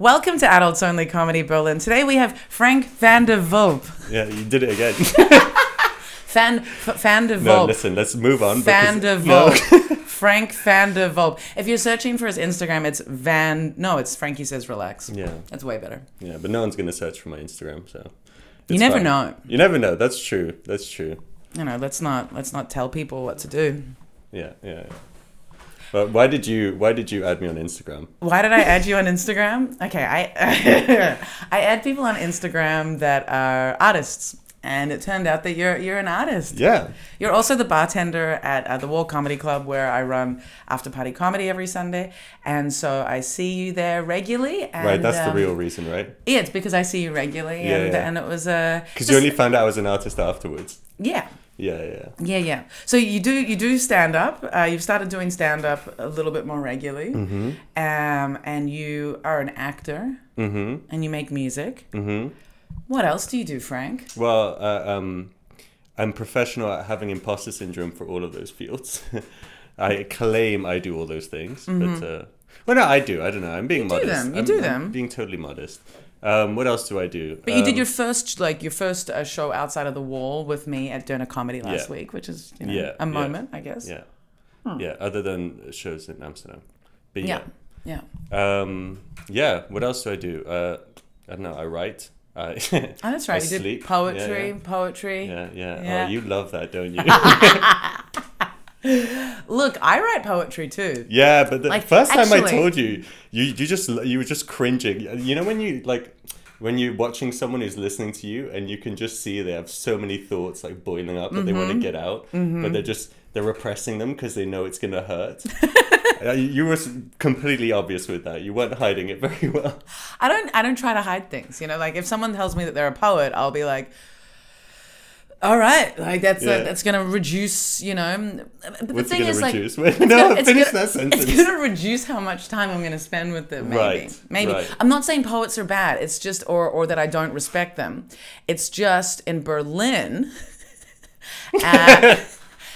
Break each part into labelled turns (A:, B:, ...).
A: Welcome to Adults Only Comedy Berlin. Today we have Frank van der Volp.
B: Yeah, you did it again.
A: Van, F- van der
B: no,
A: Volp.
B: listen, let's move on.
A: van der
B: because-
A: Volp. Frank van der Volp. If you're searching for his Instagram, it's Van. No, it's Frankie says relax.
B: Yeah,
A: That's way better.
B: yeah, but no one's gonna search for my Instagram, so
A: You
B: it's
A: never
B: fine.
A: know.
B: You never know. That's true. That's true.
A: You know, let's not let's not tell people what to do.
B: Yeah, yeah. yeah. But why did you why did you add me on Instagram?
A: Why did I add you on Instagram? Okay, I I add people on Instagram that are artists, and it turned out that you're you're an artist.
B: Yeah,
A: You're also the bartender at uh, the Wall Comedy Club where I run after party comedy every Sunday. And so I see you there regularly. And,
B: right. That's
A: um,
B: the real reason, right?
A: Yeah, it's because I see you regularly.
B: Yeah,
A: and,
B: yeah.
A: and it was a.
B: Because you only found out I was an artist afterwards.
A: Yeah.
B: Yeah, yeah.
A: Yeah, yeah. So you do you do stand up. Uh, you've started doing stand up a little bit more regularly,
B: Mm-hmm.
A: um, and you are an actor, mm-hmm. and you make music. Mm-hmm. What else do you do, Frank?
B: Well, uh, um, I'm professional at having imposter syndrome for all of those fields. I claim I do all those things, but uh, well, no, I do. I don't know. I'm being modest.
A: them. Mm-hmm. You
B: I'm-
A: do
B: I'm
A: them.
B: being totally modest. Um, what else do I do? Um,
A: But you did your first like your first uh, show outside of the wall with me at Derna Comedy last
B: Yeah.
A: week, which is you know,
B: Yeah,
A: a
B: yeah.
A: moment, I guess.
B: yeah, yeah. Other than shows in Amsterdam, but
A: Yeah.
B: yeah,
A: Yeah.
B: yeah. Um, yeah. What else do I do? Uh, I don't know. I write. I
A: Oh, that's right.
B: I
A: you did
B: sleep. Yeah,
A: poetry,
B: yeah.
A: poetry.
B: yeah, yeah.
A: Yeah.
B: Oh, you love that, don't you?
A: Look, I write poetry too.
B: Yeah, but the
A: Like,
B: first time I
A: actually-
B: told you, you you just you were just cringing. You know when you like when you're watching someone who's listening to you and you can just see they have so many thoughts like boiling up that they
A: Mm-hmm.
B: want to get out, but they're just they're repressing them because they know it's gonna hurt. Uh, you- you were s- completely obvious with that. You weren't hiding it very well.
A: I don't I don't try to hide things, you know, like if someone tells me that they're a poet, I'll be like all right, like that's uh,
B: Yeah.
A: that's gonna reduce, you know. But the
B: What's it
A: thing
B: gonna
A: is, like,
B: reduce? Wait, no,
A: gonna-
B: finish
A: gonna,
B: that sentence.
A: It's going to reduce how much time I'm going to spend with them. Maybe,
B: Right,
A: maybe.
B: right.
A: I'm not saying poets are bad. It's just, or or that I don't respect them. It's just in Berlin. uh,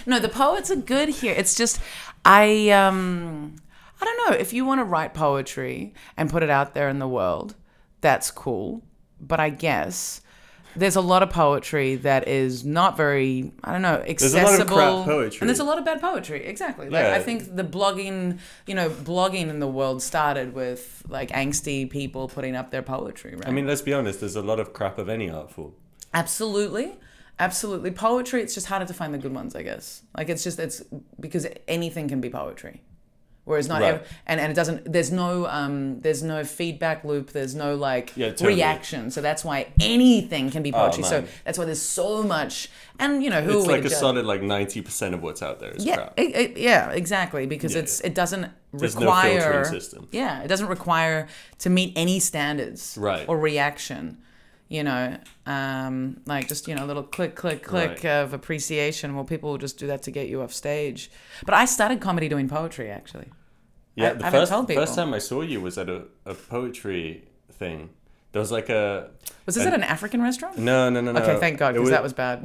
A: no, the poets are good here. It's just, I um, I don't know. If you want to write poetry and put it out there in the world, that's cool. But I guess. There's a lot of poetry that is not very, I don't know,
B: a lot of crap
A: accessible.
B: poetry.
A: And there's a lot of bad poetry. Exactly. Like
B: Yeah.
A: I think the blogging, you know, blogging in the world started with like angsty people putting up their poetry, right?
B: I mean, let's be honest. There's a lot of crap of any art form.
A: absolutely. Absolutely. Poetry, it's just harder to find the good ones, I guess. Like it's just it's because anything can be poetry. Whereas not
B: Right.
A: ev- and, and it doesn't there's no um there's no feedback loop, there's no like
B: Yeah, totally. Oh,
A: reaction. So that's why anything can be poetry. so
B: man.
A: that's why there's so much and you know, who
B: It's
A: are we
B: like
A: to
B: a
A: judge?
B: solid like ninety percent of what's out there is
A: Yeah,
B: crap.
A: it, it- yeah, exactly. Because it's it doesn't
B: no
A: require
B: filtering system.
A: Yeah, it doesn't require to meet any standards
B: Right.
A: or reaction. You know, um, like just you know, a little click, click, click
B: Right.
A: of appreciation. Well, people will just do that to get you off stage. But I started comedy doing poetry actually. I-
B: Yeah, the
A: I haven't
B: first,
A: told people.
B: first time I saw you was at a, a poetry thing. There was like a
A: Was this at an African restaurant?
B: no no no no.
A: Okay, thank God,
B: It
A: because that was bad.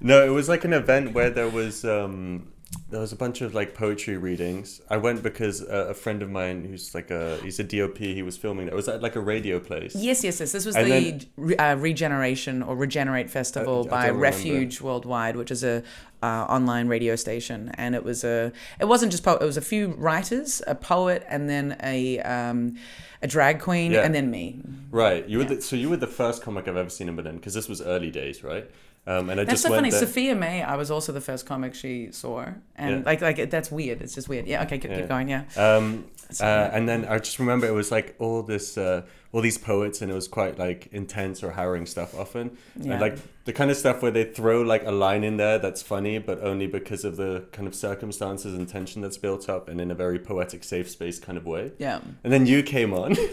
B: no. It was like an event where there was um there was a bunch of like poetry readings. I went because a, a friend of mine who's like a he's a DOP. He was filming. It was at like a radio place.
A: yes, yes, yes. This was
B: And
A: the
B: then-
A: re- uh, Regeneration or Regenerate Festival
B: I
A: by
B: don't remember.
A: Refuge Worldwide, which is a uh, online radio station, and it was a it wasn't just poet. It was a few writers, a poet, and then a um, a drag queen,
B: Yeah.
A: and then me.
B: Right. You were the, so you were the first comic I've ever seen in Berlin because this was early days, right? Um, and I
A: That's
B: just
A: so
B: went
A: funny.
B: there.
A: Sophia May, I was also the first comic she saw, and
B: Yeah.
A: like like it- that's weird. It's just weird. Yeah. Okay. Keep,
B: Yeah.
A: keep going. Yeah.
B: Um, uh, and then I just remember it was like all this, uh, all these poets, and it was quite like intense or harrowing stuff often,
A: Yeah.
B: and like the kind of stuff where they throw like a line in there that's funny, but only because of the kind of circumstances and tension that's built up, and in a very poetic, safe space kind of way.
A: Yeah.
B: And then you came on.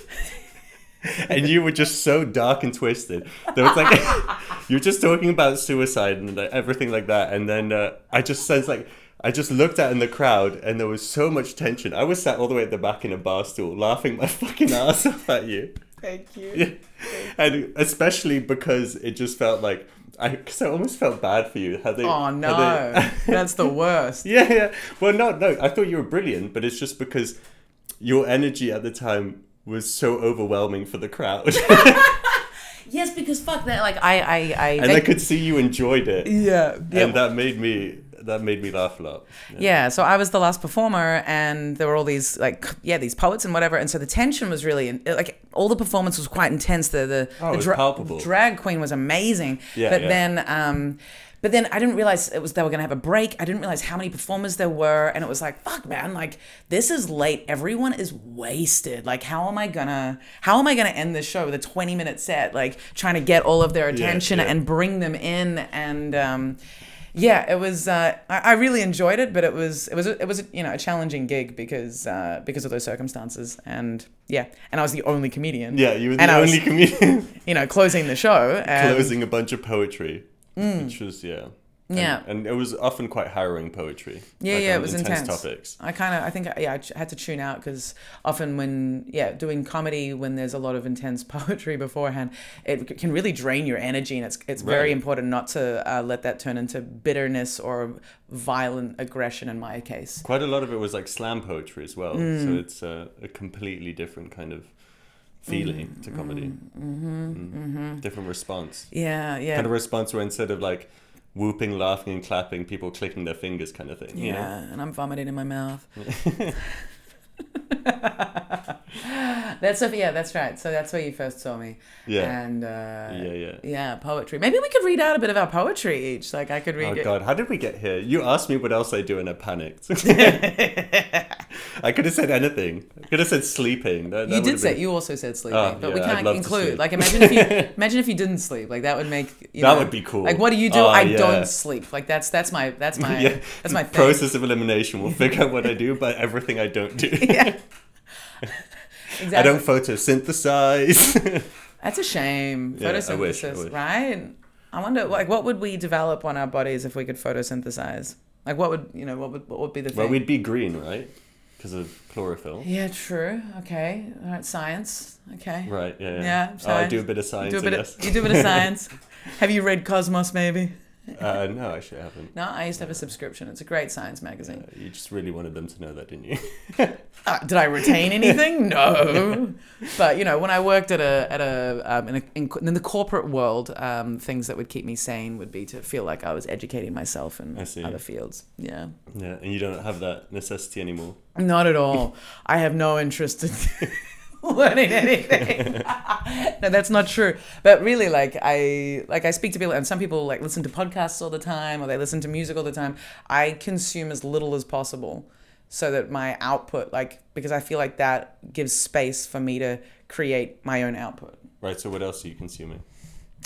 B: And you were just so dark and twisted. There was like you were just talking about suicide and like, everything like that. And then uh, I just sensed like I just looked out in the crowd and there was so much tension. I was sat all the way at the back in a bar stool, laughing my fucking ass off at you.
A: Thank you.
B: And especially because it just felt like I, because I almost felt bad for you. How they?
A: Oh
B: how
A: no,
B: they-
A: that's the worst.
B: yeah, yeah. Well, no, no. I thought you were brilliant, but it's just because your energy at the time was so overwhelming for the crowd,
A: Yes, because fuck that. Like I, I, I.
B: and I could see you enjoyed it,
A: yeah, yeah.
B: and that made me that made me laugh a lot.
A: Yeah, so I was the last performer, and there were all these like yeah these poets and whatever, and so the tension was really in, like all the performance was quite intense. The the,
B: Oh,
A: the
B: it was palpable.
A: drag queen was amazing,
B: Yeah,
A: but
B: yeah.
A: then um, but then I didn't realize it was they were gonna have a break. I didn't realize how many performers there were, and it was like fuck man, like this is late. Everyone is wasted. Like how am I gonna how am I gonna end this show with a twenty minute set? Like trying to get all of their attention
B: yeah.
A: and bring them in and. Um, yeah, it was. Uh, I, I really enjoyed it, but it was it was it was you know a challenging gig because uh, because of those circumstances, and yeah, and I was the only comedian.
B: Yeah, you were the
A: and I
B: only
A: was, Um,
B: comedian
A: you know, closing the show. And,
B: closing a bunch of poetry, which was yeah. And-
A: Mm. Yeah.
B: and, it was often quite harrowing poetry.
A: Yeah,
B: like,
A: yeah,
B: on
A: it was
B: intense,
A: intense.
B: topics.
A: I kind of, I think, yeah, I ch- had to tune out because often when, yeah, doing comedy when there's a lot of intense poetry beforehand, it c- can really drain your energy, and it's it's very
B: Right.
A: important not to uh, let that turn into bitterness or violent aggression. In my case,
B: Quite a lot of it was like slam poetry as well,
A: Mm.
B: so it's a, a completely different kind of feeling
A: Mm.
B: to comedy. Mm-hmm,
A: Mm-hmm.
B: Different response,
A: yeah, yeah.
B: kind of response where instead of like whooping, laughing, and clapping, people clicking their fingers, kind of thing. you know?
A: Yeah, and I'm vomiting in my mouth. that's a, yeah, that's right. So that's where you first saw me.
B: Yeah.
A: And uh,
B: yeah, yeah.
A: yeah, poetry. Maybe we could read out a bit of our poetry each. Like I could read.
B: Oh
A: it.
B: god, how did we get here? You asked me what else I do and I panicked. I could have said anything. I could have said sleeping. That, that
A: You
B: would
A: did
B: have
A: say
B: been-
A: you also said sleeping,
B: Oh,
A: but we
B: yeah, I'd
A: can't
B: love to
A: include.
B: sleep.
A: Like imagine if you imagine if you didn't sleep. Like that would make you
B: That
A: know,
B: would be cool.
A: Like what do you do?
B: Oh,
A: I
B: yeah.
A: don't sleep. Like that's that's my that's my
B: yeah,
A: that's my thing.
B: process of elimination. We'll figure out what I do by everything I don't do.
A: Yeah. exactly.
B: I don't photosynthesize.
A: That's a shame.
B: Yeah, I wish,
A: Photosynthesis,
B: I wish.
A: right? I wonder, like, what would we develop on our bodies if we could photosynthesize? Like, what would you know? What would what would be the thing?
B: well, we'd be green, right? Because of chlorophyll.
A: yeah, true. Okay, all right, science. Okay,
B: Right. Yeah. Yeah.
A: Yeah,
B: oh, I
A: science.
B: do a bit of science.
A: do a
B: I
A: bit. Of,
B: guess.
A: you do a bit of science. Have you read Cosmos? Maybe.
B: uh, no, actually, I haven't. Uh,
A: No, I used to have a subscription. It's a great science magazine.
B: You just really wanted them to know that, didn't you?
A: Uh, did I retain anything? No. But you know, when I worked at a at a um, in, a in, co- in the corporate world, um, things that would keep me sane would be to feel like I was educating myself in
B: I see.
A: other fields. Yeah.
B: yeah, and you don't have that necessity anymore.
A: Not at all. I have no interest in learning anything. no, that's not true. But really, like I like I speak to people, and some people like listen to podcasts all the time, or they listen to music all the time. I consume as little as possible, so that my output, like, because I feel like that gives space for me to create my own output.
B: Right. So, what else are you consuming?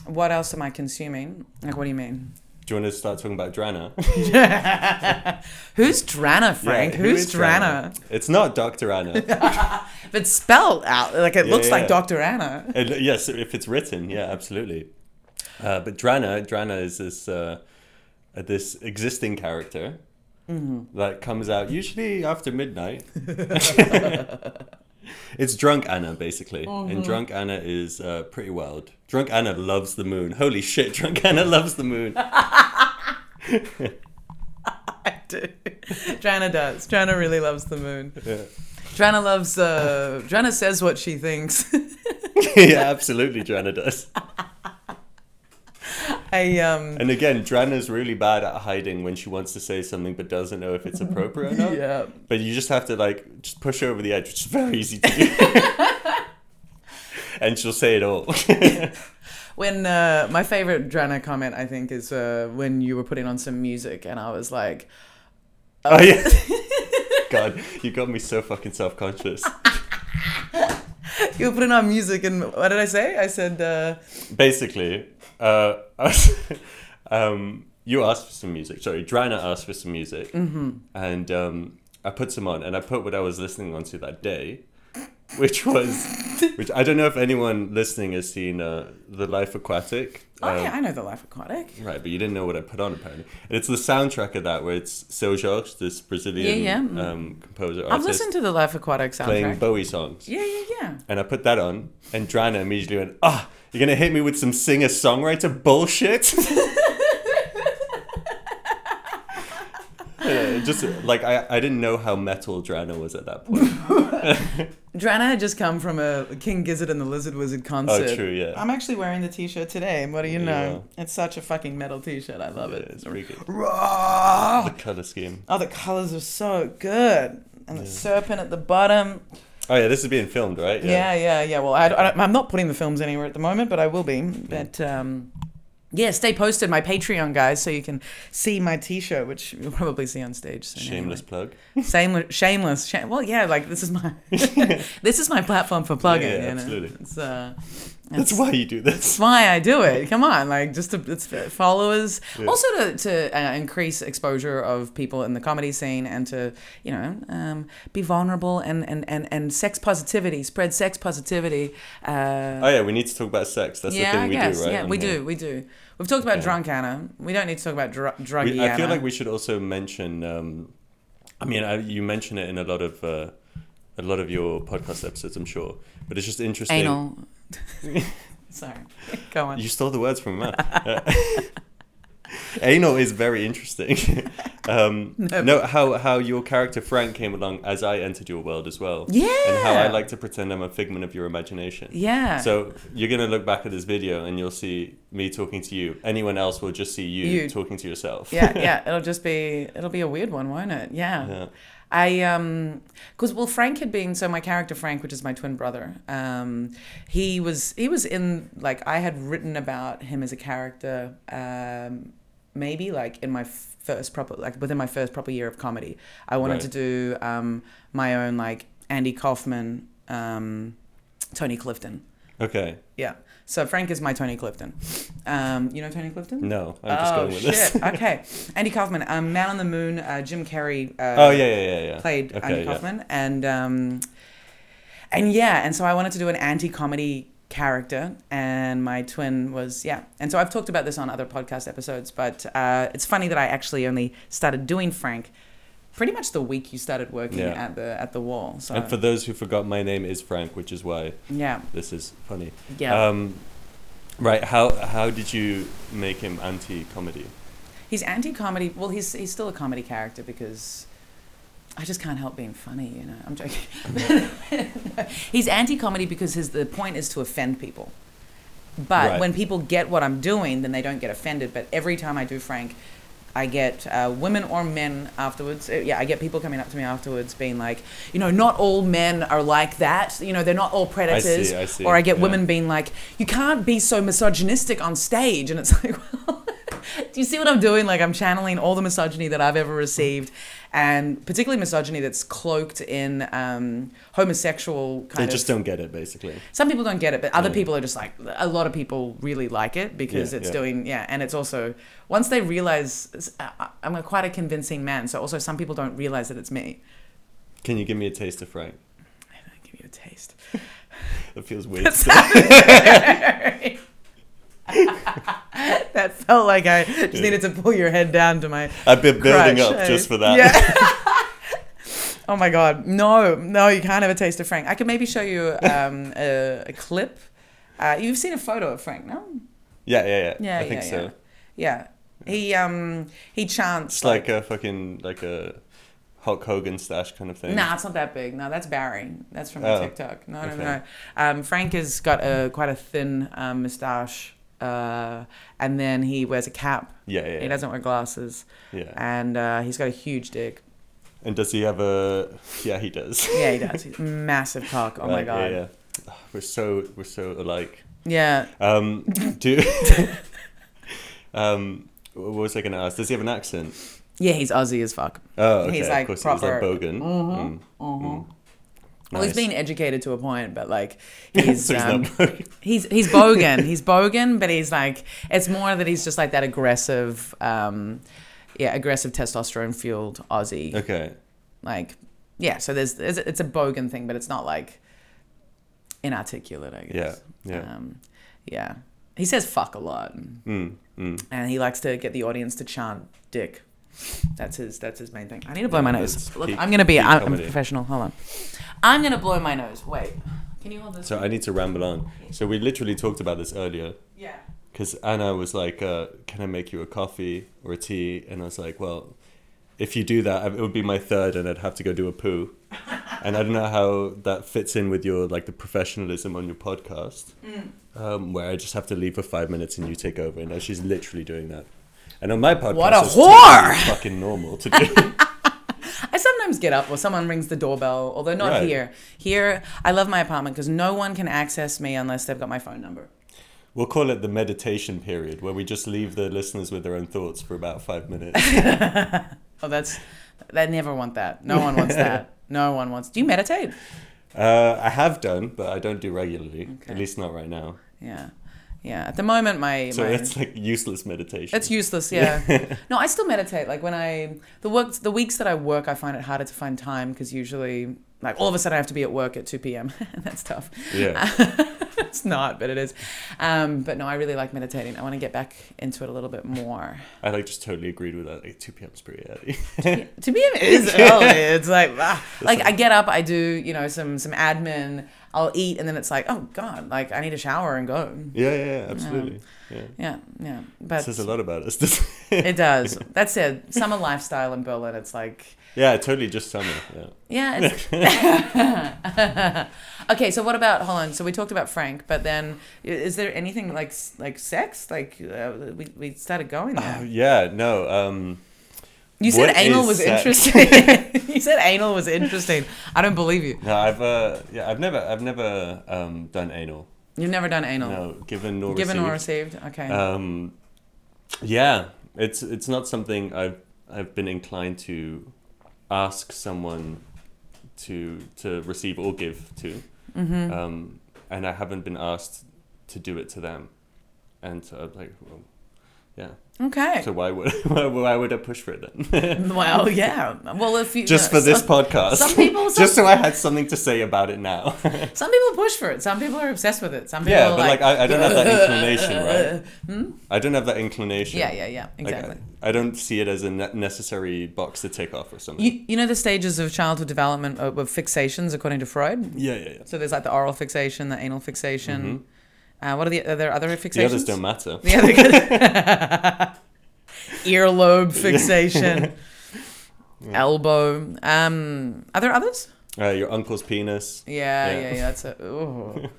A: What else am I consuming? Like, what do you mean?
B: Do you want to start talking about Drana?
A: Who's Drana, Frank?
B: Yeah, who
A: Who's
B: is
A: Drana?
B: It's not Dr. Anna.
A: But spelled out, like it
B: Yeah,
A: looks like
B: yeah.
A: Dr. Anna.
B: And, uh, yes, if it's written, yeah, absolutely. Uh, but Drana, Drana is this uh, uh, this existing character that comes out usually after midnight. it's drunk Anna, basically, and drunk Anna is uh, pretty wild. Drunk Anna loves the moon. Holy shit, drunk Anna loves the moon.
A: I do. Joanna does. Joanna really loves the moon.
B: Yeah.
A: Joanna loves. Uh, Joanna says what she thinks.
B: yeah, absolutely, Drana does.
A: I um.
B: And again, Drana's really bad at hiding when she wants to say something but doesn't know if it's appropriate or not.
A: Yeah.
B: But you just have to like just push her over the edge, which is very easy to do. and she'll say it all.
A: When uh, my favorite Joanna comment, I think, is uh, when you were putting on some music, and I was like,
B: oh yeah. God, you got me so fucking self conscious.
A: "You were putting on music," and what did I say? I said, uh,
B: Basically, uh, I was- um, you asked for some music. Sorry, Drana asked for some music,
A: Mm-hmm.
B: and um, I put some on, and I put what I was listening onto that day, which was, which I don't know if anyone listening has seen uh, the Life Aquatic.
A: "Oh
B: um,
A: yeah, I know the Life Aquatic."
B: Right, but you didn't know what I put on apparently. And it's the soundtrack of that where it's Seu Jorge, this Brazilian
A: Yeah, yeah.
B: Um, composer
A: I've
B: artist,
A: listened to the Life Aquatic
B: playing
A: soundtrack.
B: Bowie songs.
A: yeah, yeah, yeah.
B: And I put that on, and Drana immediately went, "Ah, you're gonna hit me with some singer songwriter bullshit." Yeah, just like I, I didn't know how metal Drano was at that point.
A: Drana had just come from a King Gizzard and the Lizard Wizard concert.
B: Oh, true, yeah.
A: I'm actually wearing the t-shirt today. and What do you know? It's such a fucking metal t-shirt. I love it.
B: It's pretty good.
A: Raw!
B: The color scheme.
A: Oh, the colors are so good. And the serpent at the bottom.
B: Oh yeah, this is being filmed, right?
A: Yeah, yeah, yeah. Well, I, I, am not putting the films anywhere at the moment, but I will be. But um, yeah, stay posted, my Patreon guys, so you can see my T-shirt, which you'll probably see on stage. Soon,
B: Shameless plug.
A: anyway. Shameless, shameless. Shame, well, yeah, like this is my this is my platform for plugging.
B: Yeah, yeah,
A: you know?
B: absolutely.
A: It's, uh,
B: That's why you do this.
A: that's why I do it. Come on, like just to it's for followers, also to to uh, increase exposure of people in the comedy scene and to you know um, be vulnerable and and and and sex positivity, spread sex positivity. Uh,
B: Oh yeah, we need to talk about sex. That's the
A: yeah,
B: thing
A: I
B: we
A: guess.
B: do, right? Mm-hmm.
A: Yeah,
B: on
A: we
B: here.
A: do. We do. We've talked about drunk Anna. We don't need to talk about dr- druggy
B: We, I feel
A: Anna.
B: like we should also mention. Um, I mean, I, you mention it in a lot of uh, a lot of your podcast episodes, I'm sure. But it's just interesting.
A: anal. Sorry, go on.
B: You stole the words from my mouth. Uh, anal is very interesting. um, no, how how your character Frank came along as I entered your world as well. And how I
A: Yeah.
B: like to pretend I'm a figment of your imagination.
A: Yeah.
B: So you're gonna look back at this video and you'll see me talking to you. Anyone else will just see you,
A: You.
B: talking to yourself.
A: yeah, yeah. It'll just be it'll be a weird one, won't it? Yeah.
B: Yeah.
A: I um because well Frank had been so my character Frank, which is my twin brother. Um, he was he was in like I had written about him as a character. Um, maybe like in my first proper like within my first proper year of comedy, I wanted
B: Right.
A: to do um my own like Andy Kaufman, um, Tony Clifton.
B: Okay.
A: Yeah. So Frank is my Tony Clifton. Um, you know Tony Clifton?
B: No, Mm, I'm just
A: oh,
B: going with
A: shit.
B: this.
A: okay. Andy Kaufman, um, Man on the Moon, uh, Jim Carrey uh,
B: Oh yeah, yeah, yeah, yeah.
A: played
B: okay,
A: Andy
B: yeah.
A: Kaufman. And, um, and yeah, and so I wanted to do an anti comedy character, and my twin was, yeah. And so I've talked about this on other podcast episodes, but uh, it's funny that I actually only started doing Frank. Pretty much the week you started working
B: Yeah.
A: at the at the wall, so
B: And for those who forgot, my name is Frank, which is why
A: yeah,
B: this is funny.
A: yeah.
B: Um, right. How how did you make him anti-comedy?
A: He's anti-comedy. Well, he's he's still a comedy character because I just can't help being funny. You know, I'm joking. he's anti-comedy because his the point is to offend people. But
B: Right.
A: when people get what I'm doing, then they don't get offended. But every time I do Frank, I get uh, women or men afterwards. uh, Yeah, I get people coming up to me afterwards being like, you know, not all men are like that. You know, they're not all predators.
B: I see,
A: Or I get
B: yeah.
A: women being like, you can't be so misogynistic on stage. And it's like, well, do you see what I'm doing? Like, I'm channeling all the misogyny that I've ever received, and particularly misogyny that's cloaked in um, homosexual
B: They
A: kind
B: just
A: of.
B: don't get it, basically.
A: Some people don't get it, but other people are just like a lot of people really like it because
B: Yeah,
A: it's
B: yeah.
A: doing yeah, and it's also once they realize I- I'm a quite a convincing man, so also some people don't realize that it's me.
B: Can you give me a taste of Frank?
A: I'll give you a taste.
B: That feels weird.
A: that felt like I just needed to pull your head down to my
B: I've been building
A: crotch,
B: up
A: eh?
B: just for that.
A: Yeah. oh my god, no, no, you can't have a taste of Frank. I can maybe show you um, a, a clip. Uh, you've seen a photo of Frank, no?
B: yeah, yeah, yeah.
A: Yeah,
B: I think
A: yeah,
B: so.
A: yeah. Yeah. He um he chants
B: It's like a fucking like a Hulk Hogan stash kind of thing.
A: Nah, it's not that big. No, that's Barry. That's from
B: Oh,
A: TikTok. No,
B: okay.
A: no, no. Um, Frank has got a quite a thin um, moustache, uh, and then he wears a cap.
B: Yeah, yeah,
A: He
B: yeah.
A: doesn't wear glasses,
B: yeah.
A: and uh, he's got a huge dick.
B: And does he have a? Yeah, he does.
A: Yeah, he does. He's massive cock. Oh my
B: Right,
A: god.
B: Yeah,
A: Yeah.
B: yeah. Ah, We're so we're so alike.
A: yeah.
B: Um, do. um, what was I going to ask? Does he have an accent?
A: he's Aussie as fuck.
B: Oh, okay.
A: He's
B: of
A: like
B: course,
A: proper- Mm-hmm,
B: he's like Bogan. Mm.
A: Well, he's
B: Nice.
A: been educated to a point, but like he's
B: so he's
A: um,
B: not Bogan.
A: He's he's bogan. he's bogan, but he's like it's more that he's just like that aggressive, um, yeah, aggressive testosterone fueled Aussie.
B: Okay.
A: Like, yeah. So there's, there's it's a bogan thing, but it's not like inarticulate. I guess.
B: Yeah, yeah.
A: Um, yeah. He says fuck a lot,
B: Mm, mm.
A: and he likes to get the audience to chant dick. That's his. That's his main thing. I need to blow my nose.
B: that's
A: Look,
B: peak-
A: I'm gonna be.
B: peak
A: I'm, I'm a
B: comedy.
A: professional. Hold on. I'm gonna blow my nose. Wait. Can you hold this?
B: So I need to ramble on. So we literally talked about this earlier
A: yeah.
B: because Anna was like, uh, "Can I make you a coffee or a tea?" And I was like, "Well, if you do that, I- it would be my third, and I'd have to go do a poo. And I don't know how that fits in with your like the professionalism on your podcast,
A: Mm.
B: um, where I just have to leave for five minutes and you take over. And now she's literally doing that. And on my podcast,
A: What a
B: it's
A: whore!
B: totally fucking normal to do.
A: I sometimes get up or someone rings the doorbell, although not
B: Right.
A: here. Here, I love my apartment because no one can access me unless they've got my phone number.
B: we'll call it the meditation period, where we just leave the listeners with their own thoughts for about five minutes.
A: Oh, that's they never want that. No one wants that. No one wants. Do you meditate?
B: Uh, I have done, but I don't do regularly.
A: Okay.
B: At least not right now.
A: Yeah, yeah. At the moment, my
B: So
A: my,
B: it's like useless meditation.
A: It's useless, yeah. no, I still meditate. Like when I the work the weeks that I work, I find it harder to find time because usually, like all of a sudden, I have to be at work at two p.m. That's tough.
B: yeah.
A: Ah. it's not, but it is. Um, but no, I really like meditating. I want to get back into it a little bit more.
B: I like just totally agreed with that. Like two p.m. is pretty early.
A: to be it is early. It's like ah. like I get up, I do you know some some admin. I'll eat, and then it's like oh god, like I need a shower and go.
B: yeah, yeah, yeah, absolutely. Yeah.
A: Yeah, yeah.
B: This
A: But
B: says a lot about us. doesn't it?
A: it does. That's it. Summer lifestyle in Berlin. It's like.
B: yeah, totally just summer. Yeah.
A: Yeah. It's... okay, so what about Holland? So we talked about Frank, but then i- is there anything like s- like sex? Like uh, we we started going
B: Oh,
A: there.
B: yeah. No. Um,
A: You said
B: what
A: anal
B: is
A: was
B: sex?
A: interesting. you said anal was interesting. I don't believe you.
B: no. I've uh, yeah. I've never. I've never um, done anal.
A: You've never done anal.
B: No. Given nor
A: Given
B: received.
A: or received. Okay.
B: Um, yeah, it's it's not something I've I've been inclined to ask someone to to receive or give to,
A: Mm-hmm.
B: um, and I haven't been asked to do it to them, and so I'm like, well, yeah.
A: okay.
B: So why would why, why would I push for it then?
A: well, yeah. Well, if you uh,
B: Just
A: no,
B: for this
A: some,
B: podcast.
A: some people- some-
B: just so I had something to say about it now.
A: some people push for it. Some people are obsessed with it. Some people
B: yeah,
A: are
B: but
A: like, Hmm?
B: like, I, I don't have that inclination, right? I don't have that inclination.
A: yeah, yeah, yeah.
B: Like,
A: Exactly.
B: I, I don't see it as a ne- necessary box to tick off or something.
A: You, you know the stages of childhood development of, of fixations according to Freud.
B: yeah, yeah, yeah.
A: So there's like the oral fixation, the anal fixation. Uh, what are the are there other fixations?
B: Mm-hmm. The others don't matter.
A: The other earlobe fixation, elbow. Um, are there others?
B: Uh, your uncle's penis.
A: Yeah, yeah,
B: Yeah.
A: yeah. that's a ooh.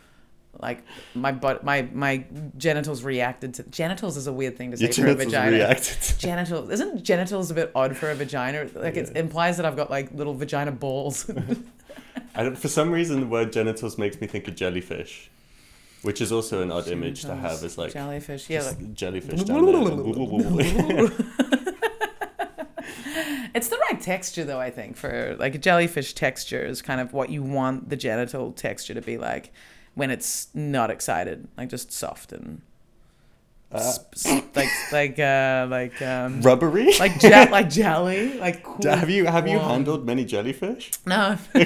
A: like my butt, my my genitals reacted to genitals is a weird thing to say
B: Your
A: for a
B: genitals
A: vagina.
B: reacted. to-
A: genitals isn't genitals a bit odd for a vagina like it implies that i've got like little vagina balls
B: I don't, for some reason, the word genitals makes me think of jellyfish, which is also an odd image to have. Is like
A: jellyfish yeah
B: just
A: like,
B: jellyfish down there.
A: it's the right texture though i think for like a jellyfish texture is kind of what you want the genital texture to be like when it's not excited like just soft and
B: Uh,
A: sp- sp- like like uh like um
B: Rubbery.
A: like ja- like jelly like cool.
B: D- have you have you
A: warm-
B: handled many jellyfish?
A: no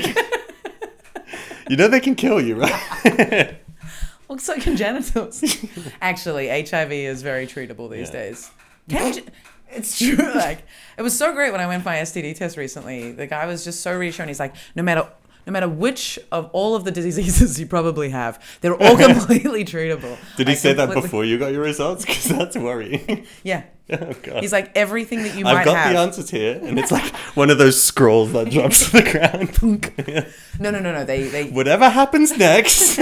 B: You know they can kill you, right?
A: Looks like genitals. Actually, HIV is very treatable these
B: Yeah.
A: days. Can ge- it's true. Like it was so great when I went for my STD test recently. The guy was just so reassuring. He's like, no matter no matter which of all of the diseases you probably have, they're all completely treatable.
B: Did he
A: I
B: say that
A: completely-
B: before you got your results? Because that's worrying.
A: Yeah.
B: oh god.
A: He's like everything that you might
B: I've got
A: have.
B: the answers here, and it's like one of those scrolls that drops to the ground.
A: no, no, no, no. They they
B: Whatever happens next.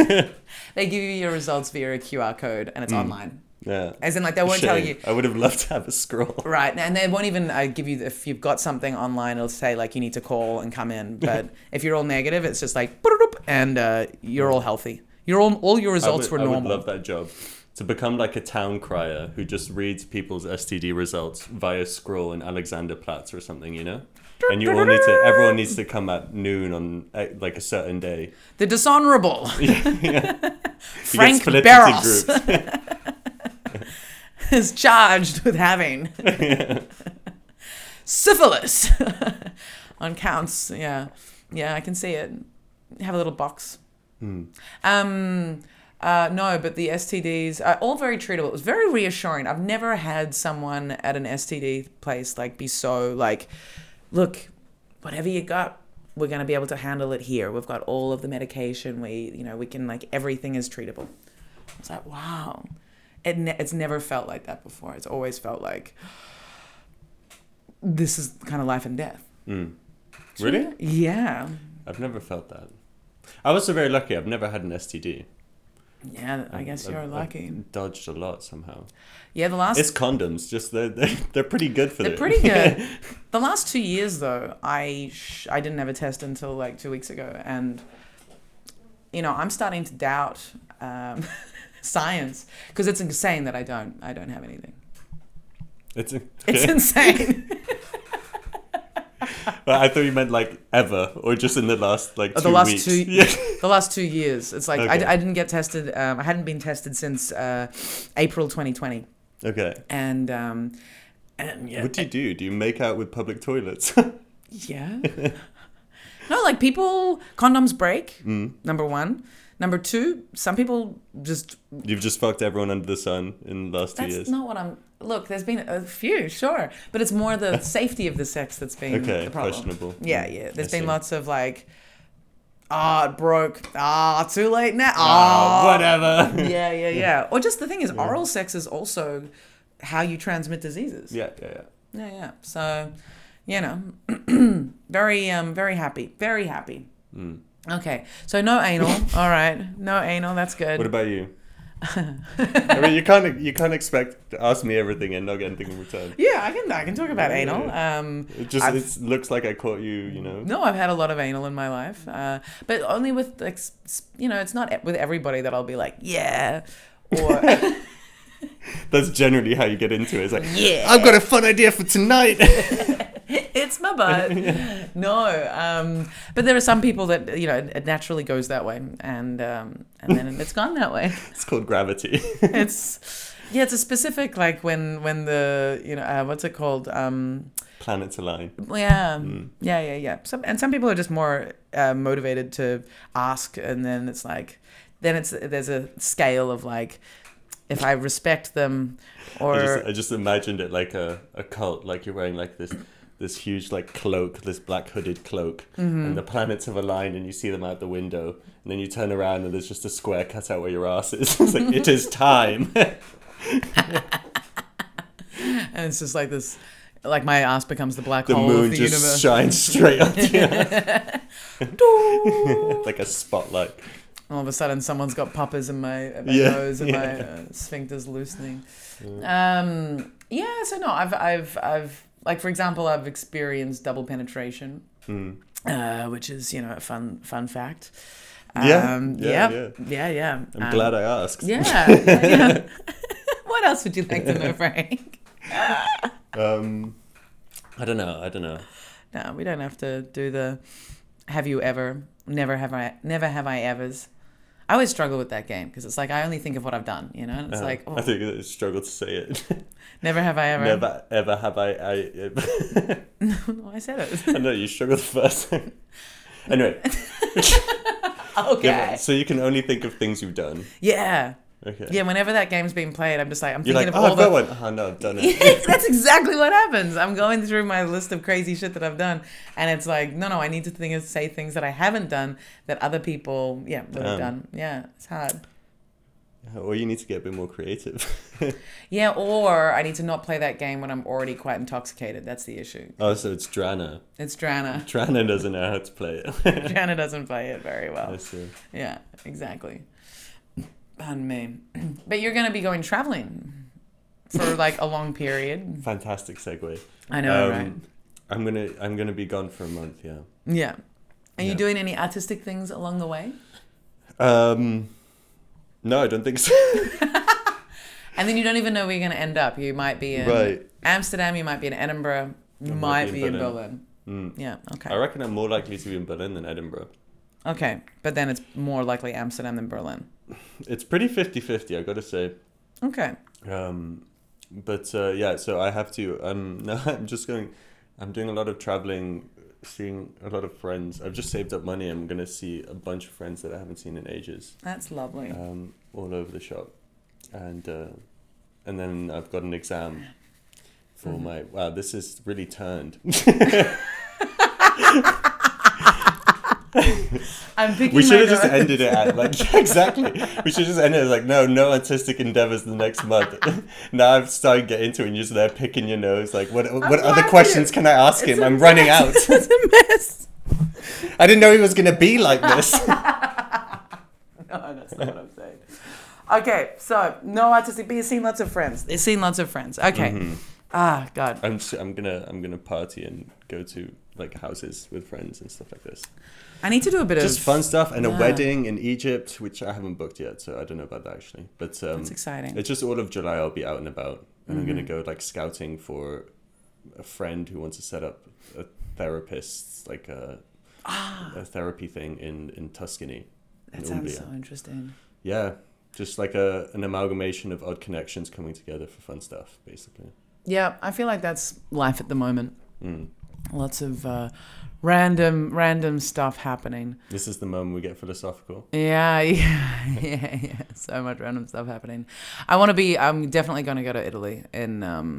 A: they give you your results via a QR code and it's online.
B: yeah.
A: As in, like they won't tell
B: Hmm. Shame.
A: you.
B: I would have loved to have a scroll.
A: Right, and they won't even uh, give you if you've got something online. It'll say like you need to call and come in. But if you're all negative, it's just like "Boop," and uh, you're all healthy. You're all all your results
B: I would,
A: were
B: I would
A: normal.
B: love that job. To become like a town crier who just reads people's STD results via scroll in Alexanderplatz or something, you know? And you all need to, everyone needs to come at noon on eh, like a certain day.
A: The dishonorable
B: You get
A: Frank
B: split into
A: Barros.
B: groups.
A: is charged with having syphilis on counts. Yeah, yeah, I can see it. Have a little box. Um, uh, no, but the STDs are all very treatable. It was very reassuring. I've never had someone at an STD place like be so like, look, whatever you got, we're gonna be able to handle it here. We've got all of the medication. We, you know, we can like everything is treatable. I was like, wow. It ne- it's never felt like that before. It's always felt like this is kind of life and death.
B: Really?
A: Yeah.
B: I've never felt that. I was so very lucky. I've never had an STD.
A: Yeah, I guess
B: I've-
A: you're
B: I've
A: lucky.
B: dodged a lot somehow.
A: Yeah, the last
B: It's condoms. Just they're they're, they're pretty good for
A: They're
B: it.
A: pretty good. the last two years, though, I sh- I didn't have a test until like two weeks ago, and you know I'm starting to doubt um, science because it's insane that I don't I don't have anything.
B: it's
A: It's
B: okay.
A: insane.
B: Well, I thought you meant like ever or just in the last like
A: Oh,
B: two
A: the last
B: weeks.
A: two-
B: Yeah.
A: the last two years, it's like I d-
B: Okay.
A: I, didn't get tested. Um, I hadn't been tested since uh, April 2020,
B: Okay.
A: and um, and yeah,
B: What do you do? Do you make out with public toilets?
A: Yeah. no, like people condoms break.
B: Mm.
A: Number one. Number two, some people just
B: You've just fucked everyone under the sun in the last two
A: that's
B: years.
A: not what I'm. Look, there's been a few, sure, but it's more the safety of the sex that's been
B: Okay,
A: the problem.
B: questionable. Mm,
A: Yeah, yeah. There's
B: I
A: been
B: see.
A: lots of like, ah, it broke. Ah, too late now.
B: Ah,
A: Ah,
B: whatever.
A: yeah, yeah, yeah. Or just the thing is, oral sex is also how you transmit diseases.
B: yeah, yeah, yeah.
A: Yeah, yeah. So, you know, very, um, very happy, very happy. Mm. Okay, so no anal. All right, no anal. That's good.
B: What about you? I mean, you can't you can't expect to ask me everything and not get anything in return.
A: yeah, I can, I can talk about anal. Um,
B: It just
A: I've-
B: it looks like I caught you. You know.
A: no, I've had a lot of anal in my life, uh, but only with like, s- s- you know, it's not e- with everybody that I'll be like, yeah, or
B: That's generally how you get into it. It's like,
A: Yeah.
B: I've got a fun idea for tonight.
A: it's my butt. no, um, but there are some people that you know it, it naturally goes that way, and um, and then it's gone that way.
B: it's called gravity.
A: it's yeah it's a specific like when when the you know uh, what's it called um
B: Planets align.
A: yeah
B: Mm.
A: yeah yeah yeah some and some people are just more uh, motivated to ask and then it's like then it's there's a scale of like if i respect them or
B: I just, I just imagined it like a, a cult, like you're wearing like this this huge like cloak, this black hooded cloak,
A: Mm-hmm.
B: and the planets have aligned, and you see them out the window, and then you turn around, and there's just a square cut out where your ass is. it's like it is time.
A: and it's just like this like my ass becomes the black
B: the
A: hole
B: moon
A: of the
B: just
A: universe
B: shines straight up, yeah.
A: Doo!
B: like a spotlight.
A: all of a sudden someone's got poppers in my, in my
B: Yeah,
A: nose and my
B: yeah.
A: uh, sphincter's loosening. Um, yeah, so no, I've, I've, I've, like for example, I've experienced double penetration,
B: Hmm.
A: uh, which is you know a fun, fun fact.
B: Yeah, yeah,
A: yep, yeah, yeah,
B: I'm
A: um,
B: glad I asked.
A: Yeah. yeah, yeah. what else would you like to know, Frank?
B: Um, I don't know. I don't know.
A: No, we don't have to do the. Have you ever? Never have I. Never have I ever's. I always struggle with that game because it's like I only think of what I've done, you know. And it's
B: Uh,
A: like, oh,
B: I think I struggle to say it.
A: Never have I ever.
B: Never ever have I. I ever.
A: Well, I said it.
B: I know you struggled the first. time. anyway, yeah,
A: okay.
B: so you can only think of things you've done.
A: Yeah.
B: Okay.
A: Yeah. Whenever that game's being played, I'm just like I'm
B: You're
A: thinking
B: like,
A: of
B: oh,
A: all
B: I've got
A: the.
B: one. Oh, no, I've done it.
A: That's exactly what happens. I'm going through my list of crazy shit that I've done, and it's like, no, no, I need to think of say things that I haven't done that other people, yeah, would have
B: Um.
A: done. Yeah, it's hard.
B: or you need to get a bit more creative.
A: Yeah, or I need to not play that game when I'm already quite intoxicated. That's the issue.
B: oh, so it's Drana.
A: It's Drana.
B: Drana doesn't know how to play it.
A: Drana doesn't play it very well.
B: I see.
A: Yeah, exactly. On me. But you're going to be going traveling for like a long period.
B: Fantastic segue.
A: I know,
B: Um,
A: right?
B: I'm gonna I'm gonna be gone for a month. Yeah.
A: Yeah. Are you
B: yeah.
A: doing any artistic things along the way?
B: Um, no, I don't think so.
A: And then you don't even know where you're going to end up. You might be in
B: Right.
A: Amsterdam, you might be in Edinburgh, you might, be in Berlin.
B: Mm.
A: Yeah,
B: I
A: okay.
B: reckon I'm more likely to be in Berlin than Edinburgh.
A: Okay, but then it's more likely Amsterdam than Berlin.
B: It's pretty 50-50, I gotta say.
A: Okay.
B: Um, but uh, yeah, so I have to. Um, no, I'm just going. I'm doing a lot of traveling, seeing a lot of friends. I've just saved up money. I'm gonna see a bunch of friends that I haven't seen in ages,
A: That's lovely.
B: um, all over the shop, and uh, and then I've got an exam for my. Wow, this is really turned.
A: I'm picking
B: We should
A: my
B: have just
A: nose.
B: ended it at like yeah, exactly. We should just end it as like no, no artistic endeavors the next month. now I've started to get into it, and you're just there picking your nose. Like what? What other
A: laughing.
B: questions can I ask him?
A: It's a
B: I'm running out.
A: mess. it's a mess.
B: I didn't know he was gonna be like this.
A: No, that's not what I'm saying. Okay, so no artistic, but you've seen lots of friends. You've seen lots of friends. Okay.
B: Mm-hmm.
A: Ah, God.
B: I'm just, I'm gonna I'm gonna party and go to like houses with friends and stuff like this.
A: I need to do a bit
B: Just
A: of.
B: fun stuff and a
A: yeah.
B: wedding in Egypt, which I haven't booked yet, so I don't know about that actually. But um,
A: That's exciting.
B: It's just all of July. I'll be out and about, and
A: Mm-hmm.
B: I'm gonna go like scouting for a friend who wants to set up a therapist, like a,
A: Ah.
B: a therapy thing in in Tuscany. in
A: That sounds
B: Umbria.
A: so interesting.
B: Yeah, just like a an amalgamation of odd connections coming together for fun stuff, basically. Mm.
A: Yeah, I feel like that's life at the moment. Lots of uh, random, random stuff happening.
B: This is the moment we get philosophical.
A: Yeah, yeah, yeah, yeah. So much random stuff happening. I want to be. I'm definitely going to go to Italy in um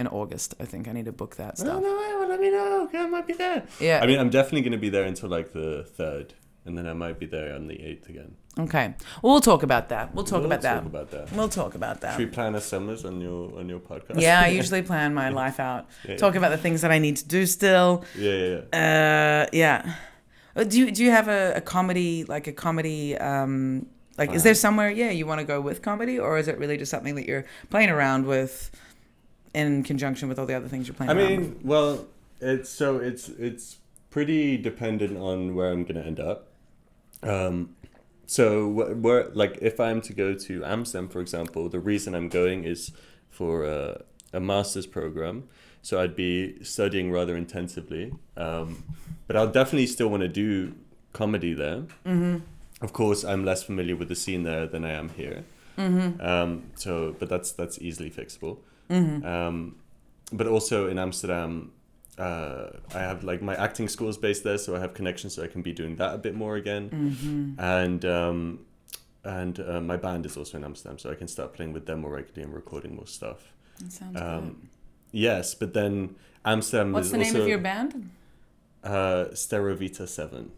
A: in August. I think I need to book that
B: No,
A: stuff.
B: no, I well, let me know. I might be there.
A: Yeah.
B: I mean, I'm definitely going to be there until like the third, and then I might be there on the eighth again.
A: Okay. Well, we'll talk about that. We'll talk
B: We'll
A: about that.
B: Talk about that.
A: We'll talk about that.
B: Should we plan our summers on your on your podcast?
A: Yeah, I usually plan my life out.
B: Yeah,
A: Talk about the things that I need to do still.
B: yeah, yeah. yeah.
A: Uh, yeah. Uh, Do you do you have a, a comedy like a comedy um like is
B: Uh,
A: there somewhere yeah you want to go with comedy or is it really just something that you're playing around with in conjunction with all the other things you're playing
B: I
A: around with?
B: mean, well, it's so it's it's pretty dependent on where I'm going to end up. Um, so wh- where like if I'm to go to Amsterdam, for example, the reason I'm going is for a, a master's program. So I'd be studying rather intensively, um, but I'll definitely still want to do comedy there. Mm-hmm. Of course, I'm less familiar with the scene there than I am here. Mm-hmm. Um, so, but that's that's easily fixable. Um, but also in Amsterdam, uh, I have like my acting school is based there, so I have connections, so I can be doing that a bit more again.
A: Mm-hmm.
B: And um, and uh, my band is also in Amsterdam, so I can start playing with them more regularly and recording more stuff.
A: That sounds good.
B: Um, yes, but then Amsterdam
A: What's
B: is
A: the
B: also
A: name of your band?
B: uh, Stereovita Seven.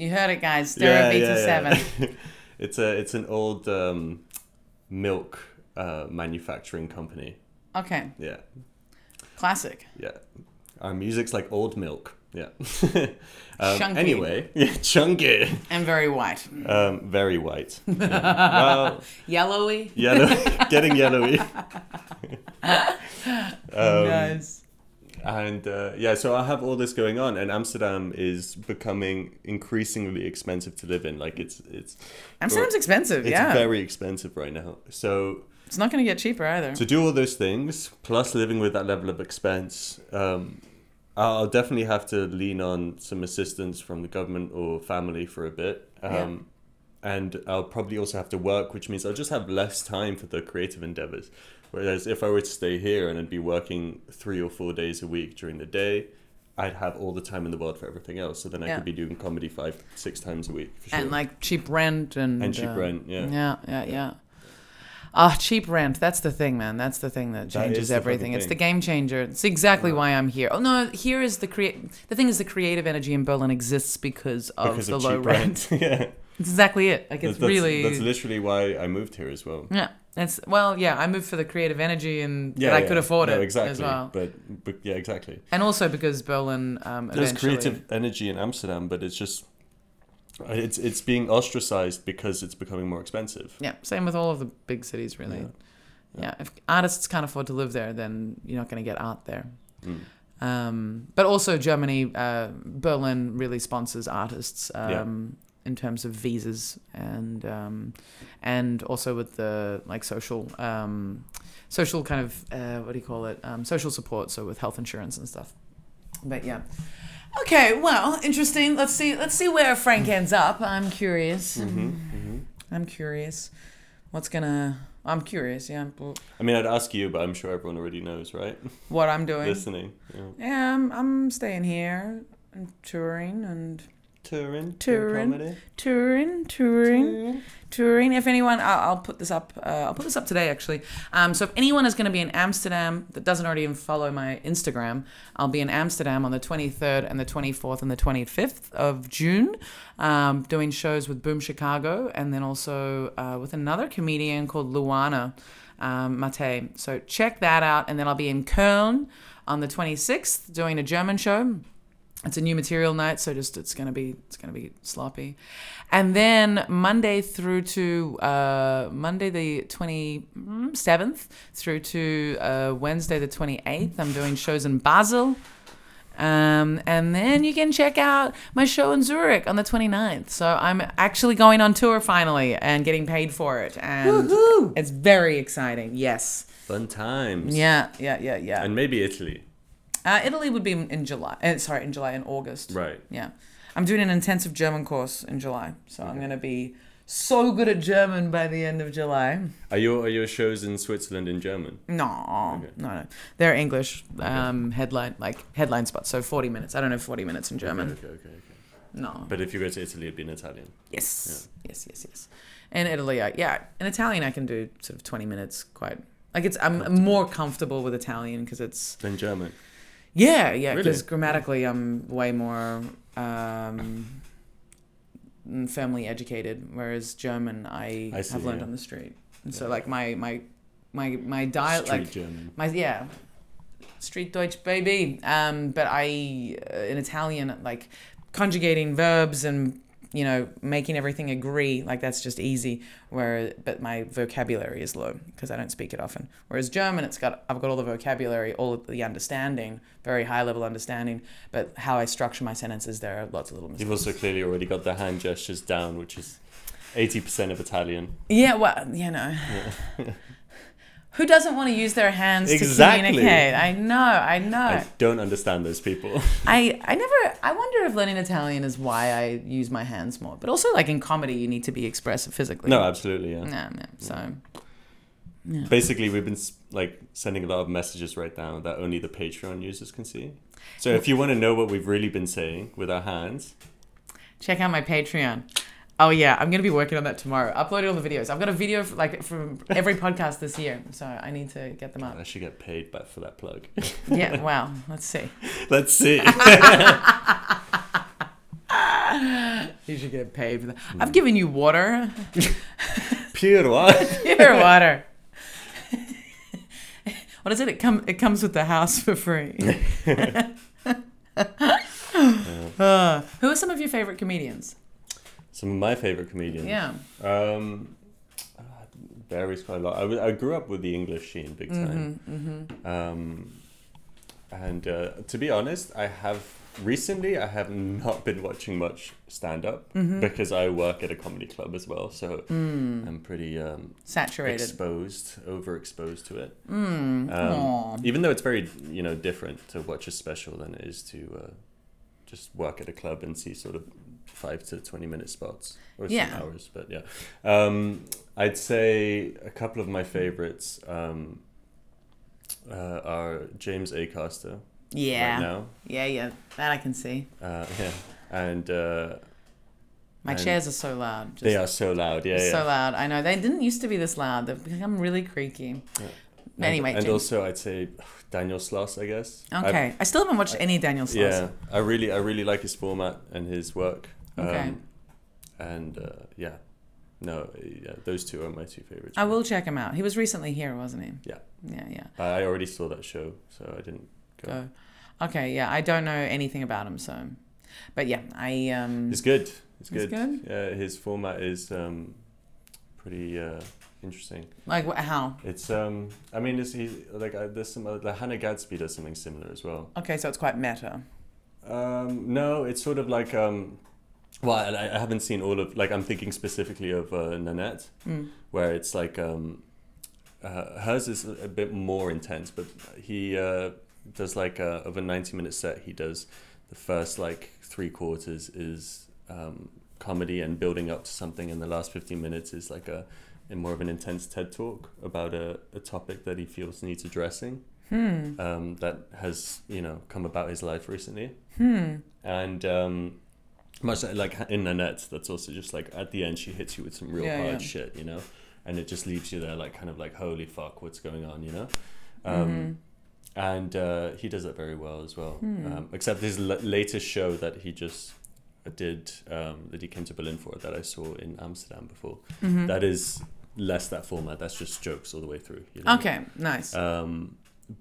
A: You heard it, guys.
B: Yeah,
A: Stereo Beta
B: yeah,
A: Seven.
B: yeah. it's a it's an old um, milk uh, manufacturing company.
A: Okay,
B: Yeah.
A: classic.
B: Yeah. Our music's like old milk. Yeah. um,
A: Chunky.
B: Anyway, yeah, chunky.
A: And very white,
B: Um, very white. Yeah. Well,
A: yellowy.
B: yellow, getting yellowy. Um,
A: nice.
B: And uh, yeah, so I have all this going on, and Amsterdam is becoming increasingly expensive to live in. Like it's it's
A: Amsterdam's expensive.
B: it's
A: yeah,
B: very expensive right now. So
A: it's not going to get cheaper either.
B: to do all those things plus living with that level of expense um, i'll definitely have to lean on some assistance from the government or family for a bit um, and i'll probably also have to work which means i'll just have less time for the creative endeavors whereas if i were to stay here and i'd be working three or four days a week during the day i'd have all the time in the world for everything else so then i
A: Yeah.
B: could be doing comedy five six times a week for sure.
A: and like cheap rent and
B: And cheap
A: uh,
B: rent, yeah.
A: yeah, yeah, yeah. Ah, cheap rent. That's the thing, man. That's the thing that
B: is
A: changes
B: the fucking
A: everything. It's the
B: thing.
A: game changer. It's exactly why I'm here. Oh no, here is the create. The thing is, the creative energy in Berlin exists because of Oh,
B: because
A: the
B: of
A: low
B: cheap
A: rent.
B: rent, yeah
A: It's exactly it. Like it's
B: that's,
A: really.
B: that's literally why i moved here as well
A: yeah. It's well, yeah. I moved for the creative energy and that I could afford
B: No,
A: it
B: exactly.
A: as well,
B: But, but yeah, exactly.
A: and also because Berlin. Um,
B: There's
A: eventually-
B: creative energy in Amsterdam, but it's just it's it's being ostracized because it's becoming more expensive.
A: Yeah, same with all of the big cities, really.
B: Yeah.
A: Yeah, if artists can't afford to live there, then you're not going to get art there.
B: Hmm.
A: Um, but also, Germany, uh, Berlin really sponsors artists
B: Yeah.
A: um, in terms of visas and um, and also with the like social um, social kind of uh, what do you call it um, social support, so with health insurance and stuff. But yeah. Okay, well, interesting. Let's see. Let's see where Frank ends up. I'm curious.
B: Mm-hmm.
A: I'm curious. What's gonna? I'm curious. Yeah, but
B: I mean, I'd ask you, but I'm sure everyone already knows, right?
A: what I'm doing.
B: Listening. Yeah.
A: Yeah, I'm, I'm staying here and touring and
B: Turin.
A: Turin, Turin, Turin, Turin. If anyone, I'll, I'll put this up. Uh, I'll put this up today, actually. Um, so if anyone is going to be in Amsterdam that doesn't already even follow my Instagram, I'll be in Amsterdam on the 23rd and the 24th and the 25th of June, um, doing shows with Boom Chicago and then also uh, with another comedian called Luana um, Mate. So check that out, and then I'll be in Köln on the 26th doing a German show it's a new material night so just it's gonna be it's gonna be sloppy and then monday through to uh, monday the 27th through to uh, wednesday the 28th i'm doing shows in basel um, and then you can check out my show in zurich on the 29th so i'm actually going on tour finally and getting paid for it and it's very exciting yes
B: Fun times.
A: yeah yeah yeah yeah
B: And maybe Italy.
A: uh, Italy would be in in July. Uh, sorry, in July and August.
B: Right.
A: Yeah. I'm doing an intensive German course in July. So I'm going to be so good at German by the end of July.
B: Are your are your shows in Switzerland in German?
A: No, no, no. They're English um, headline, like headline spots. So 40 minutes. I don't know 40 minutes in German.
B: Okay, okay, okay.
A: No.
B: But if you go to Italy, it'd be in Italian.
A: Yes. Yes, yes, yes. And Italy, I, yeah. In Italian, I can do sort of 20 minutes quite. Like it's, I'm more comfortable with Italian because it's
B: Then German.
A: Yeah, yeah,
B: Really?
A: because grammatically I'm way more um, firmly educated, whereas German I,
B: I see,
A: have learned
B: yeah.
A: on the street. And so like my my my my dialect,
B: Street
A: like
B: German.
A: my yeah, street Deutsch baby. Um, but I uh, in Italian like conjugating verbs and you know making everything agree like that's just easy. Where but my vocabulary is low because I don't speak it often. Whereas German, it's got I've got all the vocabulary, all of the understanding, very high level understanding. But how I structure my sentences, there are lots of little mistakes.
B: You've also clearly already got the hand gestures down, which is eighty percent of Italian.
A: Yeah, well, you know. Who doesn't want to use their hands
B: Exactly.
A: to communicate? I know, I know.
B: I don't understand those people.
A: I, I never I wonder if learning Italian is why I use my hands more. But also like in comedy you need to be expressive physically.
B: no, absolutely, yeah.
A: Yeah, yeah. So
B: Basically, we've been s- like sending a lot of messages right now that only the Patreon users can see. So if you want to know what we've really been saying with our hands,
A: check out my Patreon. Oh yeah, I'm gonna be working on that tomorrow. Uploading all the videos. I've got a video f like from every podcast this year, so I need to get them up.
B: I should get paid back for that plug.
A: Yeah, wow. Let's see.
B: Let's see.
A: You should get paid for that. I've given you water.
B: Pure what?
A: Pure water. what is it? It come it comes with the house for free. Uh, who are some of your favorite comedians?
B: Some of my favorite comedians.
A: Yeah.
B: Um, uh, varies quite a lot. I, w- I grew up with the English scene big time. Um, and uh, to be honest, I have recently I have not been watching much stand up because I work at a comedy club as well, so I'm pretty um,
A: Hmm. Saturated. Hmm.
B: exposed, overexposed to it.
A: Aw.
B: Um, even though it's very you know different to watch a special than it is to uh, just work at a club and see sort of five to twenty minute spots or some
A: Yeah.
B: hours, but yeah. Um, I'd say a couple of my favorites um, uh, are James Acaster right
A: Yeah.
B: now,
A: Yeah, yeah. That I can see.
B: uh, yeah, and uh,
A: My
B: And-
A: chairs are so loud. Just
B: they are so loud, yeah, yeah.
A: so loud. I know. They didn't used to be this loud. They've become really creaky.
B: And-
A: Anyway,
B: and,
A: James-
B: also I'd say oh, Daniel Sloss, I guess. I've-
A: okay. i still haven't watched any Daniel Sloss.
B: Yeah, I really, I really like his format and his work. Um,
A: Okay.
B: and uh, yeah, no, yeah, those two are my two favorites.
A: I will check him out. He was recently here, wasn't he?
B: Yeah.
A: Yeah, yeah.
B: I I already saw that show, so I didn't go.
A: Go. Okay, yeah, I don't know anything about him, so. But yeah, I um.
B: It's good.
A: It's
B: It's good.
A: good?
B: Yeah, his format is um, pretty uh, interesting.
A: Like wh- how?
B: It's um, I mean, it's he like uh, there's some uh, like Hannah Gadsby does something similar as well.
A: Okay, so it's quite meta.
B: Um, no, it's sort of like um, well, I, I haven't seen all of like I'm thinking specifically of uh, Nanette,
A: Hmm.
B: where it's like um, uh, hers is a bit more intense, but he uh, does like uh of a 90 minute set. He does the first like three quarters is um, comedy and building up to something, and the last 15 minutes is like a in more of an intense TED talk about a, a topic that he feels needs addressing
A: Hmm, hmm.
B: um, that has you know come about his life recently. And um, much like- like in Nanette, that's also just like at the end she hits you with some real
A: Yeah,
B: hard
A: yeah.
B: shit, you know, and it just leaves you there like kind of like holy fuck, what's going on, you know. Um,
A: Mm-hmm.
B: And uh, he does that very well as well.
A: Hmm.
B: Um, except his l- latest show that he just uh, did, um, that he came to Berlin for, that I saw in Amsterdam before,
A: Mm-hmm.
B: that is less that format. That's just jokes all the way through. You know?
A: Okay, nice.
B: Um,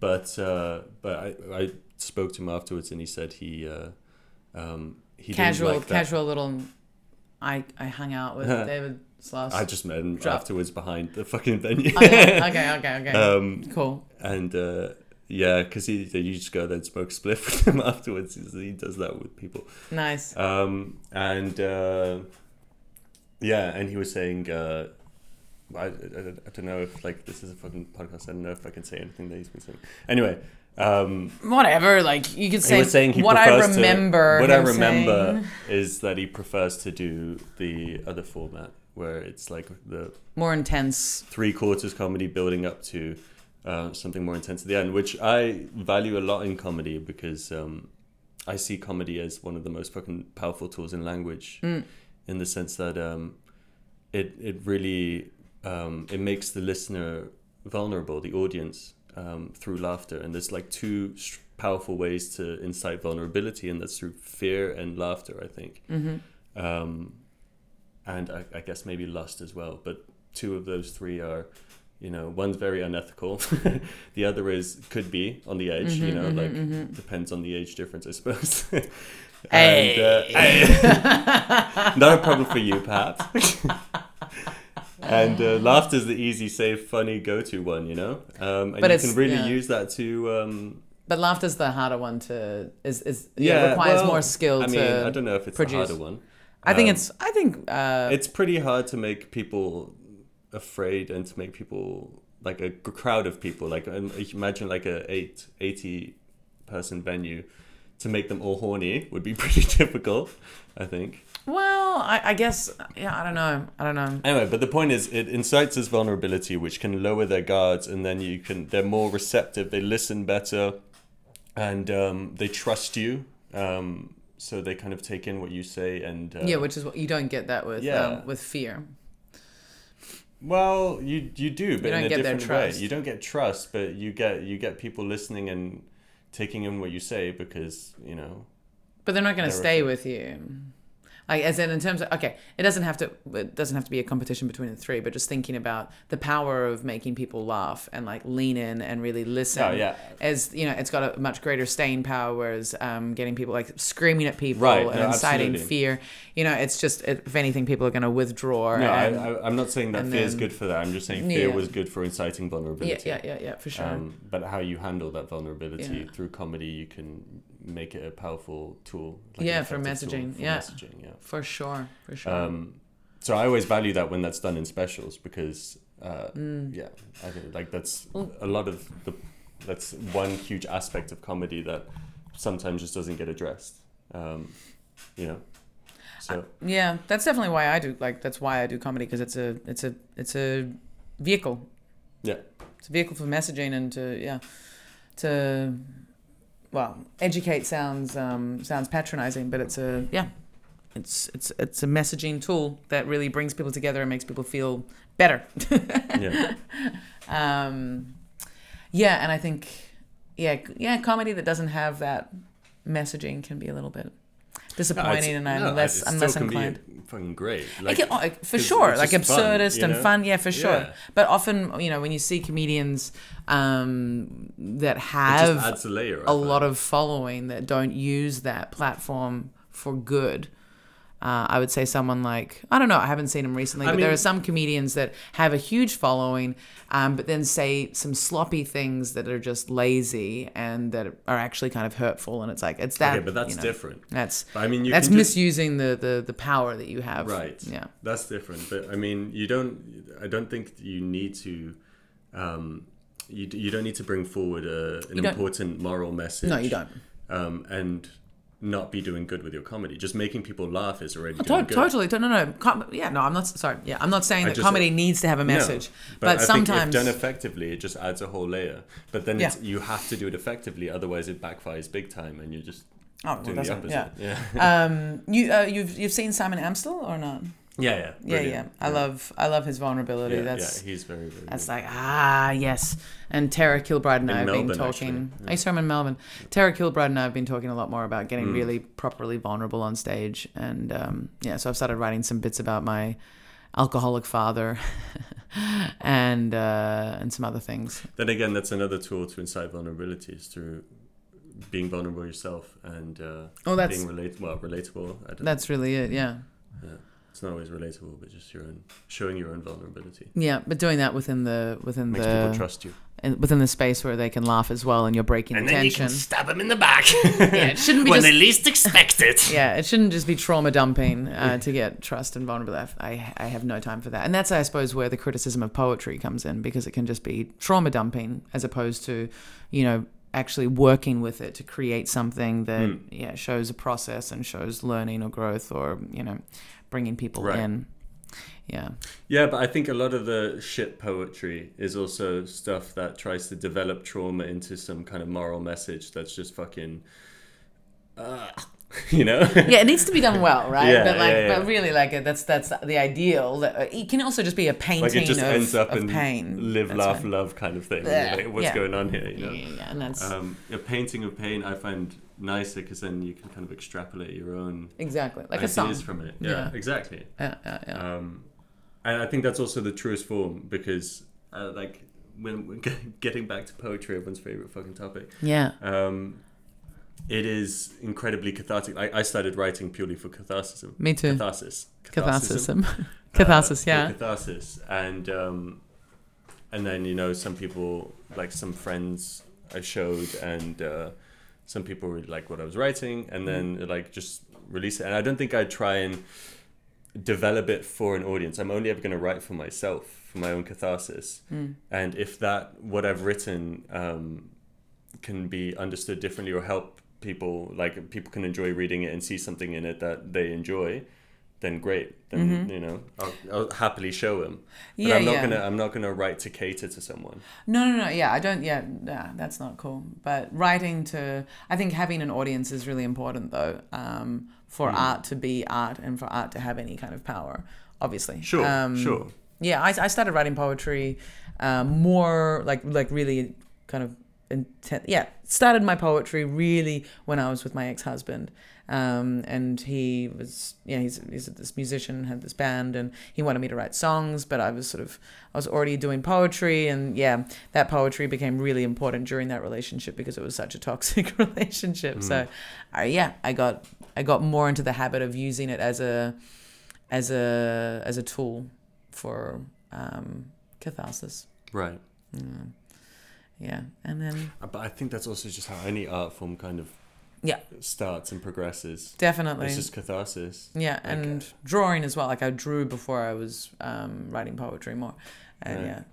B: but uh, but I, I spoke to him afterwards, and he said he uh, um, he didn't
A: casual,
B: like that-
A: casual little. I I hung out with David Sloss.
B: I just met him
A: Drop.
B: afterwards behind the fucking venue,
A: okay, okay, okay. okay.
B: um,
A: cool.
B: and uh, yeah, because he you just go there and smoke a spliff with him afterwards. He's, he does that with people,
A: Nice.
B: um, and uh, yeah, and he was saying. Uh, I, I, I don't know if like this is a fucking podcast. I don't know if I can say anything that he's been saying. Anyway, um,
A: Whatever. Like you could say
B: he was saying he
A: what I
B: prefers to-
A: remember.
B: what I
A: him
B: remember
A: saying.
B: is that he prefers to do the other format where it's like the
A: More intense.
B: three quarters comedy building up to uh, something more intense at the end, which I value a lot in comedy because um, I see comedy as one of the most fucking powerful tools in language,
A: Mm.
B: in the sense that um, it it really um, it makes the listener vulnerable, the audience, um, through laughter. And there's like two str- powerful ways to incite vulnerability, and that's through fear and laughter. I think um, and I, I guess maybe lust as well. But two of those three are, you know, one's very unethical. the other is could be on the edge. you know, like depends on the age difference, I suppose. and, uh, not a problem for you, perhaps. and uh, laughter is the easy, safe, funny go-to one. You know, um, and
A: But
B: you
A: it's-
B: can really
A: yeah.
B: use that to. Um,
A: But laughter's the harder one to is is yeah, requires
B: well,
A: more skill
B: I mean,
A: to
B: I don't know if it's
A: produce.
B: the harder one.
A: I think
B: Um,
A: it's I think uh
B: it's pretty hard to make people afraid and to make people like a g- crowd of people like um, imagine like a 8 80 person venue to make them all horny would be pretty difficult i think
A: well I, I guess yeah I don't know I don't know
B: anyway but the point is it incites this vulnerability which can lower their guards and then you can they're more receptive they listen better and um, they trust you um, so they kind of take in what you say and uh,
A: yeah which is what you don't get that with
B: Yeah.
A: um, with fear
B: Well, you you do, but
A: don't
B: in
A: get their
B: a different way.
A: trust.
B: You don't get trust, but you get you get people listening and taking in what you say because you know.
A: but they're not going to
B: They're
A: stay with you like as in in terms of okay it doesn't have to it doesn't have to be a competition between the three but just thinking about the power of making people laugh and like lean in and really listen
B: Oh, yeah.
A: as you know it's got a much greater staying power whereas um, getting people like screaming at people
B: Right,
A: and
B: no,
A: inciting
B: absolutely.
A: fear you know it's just if anything people are going to withdraw
B: No, I,
A: and-
B: I, I'm not saying that
A: and
B: fear is
A: then-
B: good for that. I'm just saying fear
A: Yeah.
B: was good for inciting
A: yeah
B: vulnerability.
A: yeah yeah yeah for sure
B: Um, but how you handle that vulnerability
A: Yeah.
B: through comedy, you can make it a powerful tool. an
A: Yeah, for
B: effective tool
A: messaging,
B: for
A: yeah.
B: messaging, yeah.
A: for sure for sure
B: Um, so I always value that when that's done in specials because, uh,
A: Mm.
B: yeah, I think like that's a lot of the that's one huge aspect of comedy that sometimes just doesn't get addressed. Um, you know, so
A: Yeah, that's definitely why I do like that's why I do comedy because it's a it's a it's a vehicle.
B: Yeah.
A: It's a vehicle for messaging and to yeah to well, educate sounds um sounds patronizing, but it's a yeah. It's it's it's a messaging tool that really brings people together and makes people feel better.
B: yeah,
A: Um yeah, and I think yeah, c- yeah, comedy that doesn't have that messaging can be a little bit disappointing and I'm less I'm less inclined.
B: fucking great.
A: It can- oh, for
B: 'cause
A: sure,
B: it's
A: like
B: just fun,
A: absurdist
B: you
A: and
B: know?
A: fun, yeah, for sure.
B: Yeah.
A: But often, you know, when you see comedians um, that
B: just
A: have
B: adds a layer.
A: a lot of following that don't use that platform for good. Uh, I would say someone like I don't know. I haven't seen him recently,
B: I
A: but there
B: mean-
A: are some comedians that have a huge following, um, but then say some sloppy things that are just lazy and that are actually kind of hurtful. And it's like it's that.
B: Okay, but that's
A: you know,
B: different.
A: That's
B: I mean, you
A: that's
B: can just-
A: misusing the, the the power that you have.
B: Right.
A: Yeah.
B: That's different. But I mean, you don't. I don't think you need to. Um, you, you don't need to bring forward a, an
A: don't.
B: important moral message.
A: No, you don't.
B: Um, and not be doing good with your comedy. Just making people laugh is already
A: To-
B: doing good.
A: Oh, totally. To- No, no, no. Com- yeah, no. I'm not. Sorry. Yeah, I'm not saying that
B: just-
A: comedy needs to have a
B: No,
A: message, but,
B: I think
A: sometimes.
B: if done effectively, it just adds a whole layer. But then it's, you have to do it effectively, otherwise it backfires big time, and you just
A: Oh, well,
B: do
A: that's
B: the
A: it.
B: opposite.
A: yeah.
B: Yeah.
A: Um, you uh, you've you've seen Simon Amstel or not?
B: yeah, yeah,
A: Yeah,
B: brilliant.
A: yeah. I love I love his vulnerability.
B: Yeah,
A: that's
B: yeah, he's very, very.
A: That's like, ah, yes. And Tara Kilbride and I have been
B: Melbourne,
A: talking. I used to live in Melbourne. Tara Kilbride and I have been talking a lot more about getting
B: Mm.
A: really properly vulnerable on stage. And um, yeah, so I've started writing some bits about my alcoholic father and uh, and some other things.
B: Then again, that's another tool to incite vulnerability is through being vulnerable yourself and uh,
A: Oh, that's-
B: being relate- well, relatable. I don't,
A: That's really it. Yeah.
B: it's not always relatable, but just your own showing your own vulnerability
A: Yeah, but doing that within the within
B: makes people
A: the
B: trust you.
A: in, within the space where they can laugh as well, and you're breaking the tension.
B: stab them in the back
A: yeah, it shouldn't be just
B: least expect it.
A: yeah, it shouldn't just be trauma dumping uh, to get trust and vulnerability. I, I have no time for that. And that's, I suppose, where the criticism of poetry comes in because it can just be trauma dumping as opposed to, you know, actually working with it to create something that
B: Hmm.
A: yeah shows a process and shows learning or growth or you know bringing people
B: Right.
A: in. Yeah,
B: Yeah, but I think a lot of the shit poetry is also stuff that tries to develop trauma into some kind of moral message that's just fucking, uh, you know?
A: yeah, it needs to be done well, right?
B: Yeah,
A: but like,
B: yeah, yeah.
A: but really, like that's that's the ideal. That uh, it can also just be a painting
B: like it just
A: of,
B: ends up
A: of
B: in
A: pain.
B: live,
A: That's
B: laugh,
A: fine.
B: love kind of thing. You're like, What's
A: Yeah.
B: going on here? You
A: Yeah,
B: know?
A: yeah, yeah, and that's
B: Um, a painting of pain I find nicer because then you can kind of extrapolate your own
A: exactly like a
B: ideas
A: song.
B: from it. Yeah,
A: Yeah.
B: exactly.
A: yeah, yeah, yeah.
B: Um, and I think that's also the truest form because, uh, like, when when getting back to poetry, everyone's favorite fucking topic.
A: Yeah.
B: Um, it is incredibly cathartic. I, I started writing purely for catharsis.
A: Me too.
B: Catharsis.
A: Catharsis.
B: Catharsism.
A: Catharsis,
B: Uh,
A: yeah.
B: Catharsis, and um, and then you know some people like some friends I showed, and uh, some people really like what I was writing, and
A: Mm-hmm.
B: then like just release it. And I don't think I try and develop it for an audience. I'm only ever going to write for myself, for my own catharsis.
A: Hmm.
B: And if that what I've written um, can be understood differently or help people, like people can enjoy reading it and see something in it that they enjoy, then great. Then you know, I'll, I'll happily show them. But
A: Mm-hmm. Yeah,
B: I'm not
A: yeah.
B: gonna I'm not gonna write to cater to someone.
A: No, no, no. Yeah, I don't. Yeah, nah, that's not cool. But writing to, I think having an audience is really important, though, um, for
B: Hmm.
A: art to be art and for art to have any kind of power. Obviously.
B: Sure,
A: Um,
B: sure.
A: Yeah, I, I started writing poetry um, more like like really kind of intent. Yeah, started my poetry really when I was with my ex husband, um, and he was yeah he's he's this musician had this band and he wanted me to write songs, but I was sort of I was already doing poetry and yeah that poetry became really important during that relationship because it was such a toxic relationship. So, uh, yeah, I got I got more into the habit of using it as a as a as a tool for um, catharsis.
B: Right. Uh,
A: Yeah, and then
B: But I think that's also just how any art form kind of
A: Yeah.
B: starts and progresses.
A: definitely,
B: It's just catharsis.
A: yeah, and drawing as well. Like I drew before I was um, writing poetry more, and
B: Right.
A: yeah,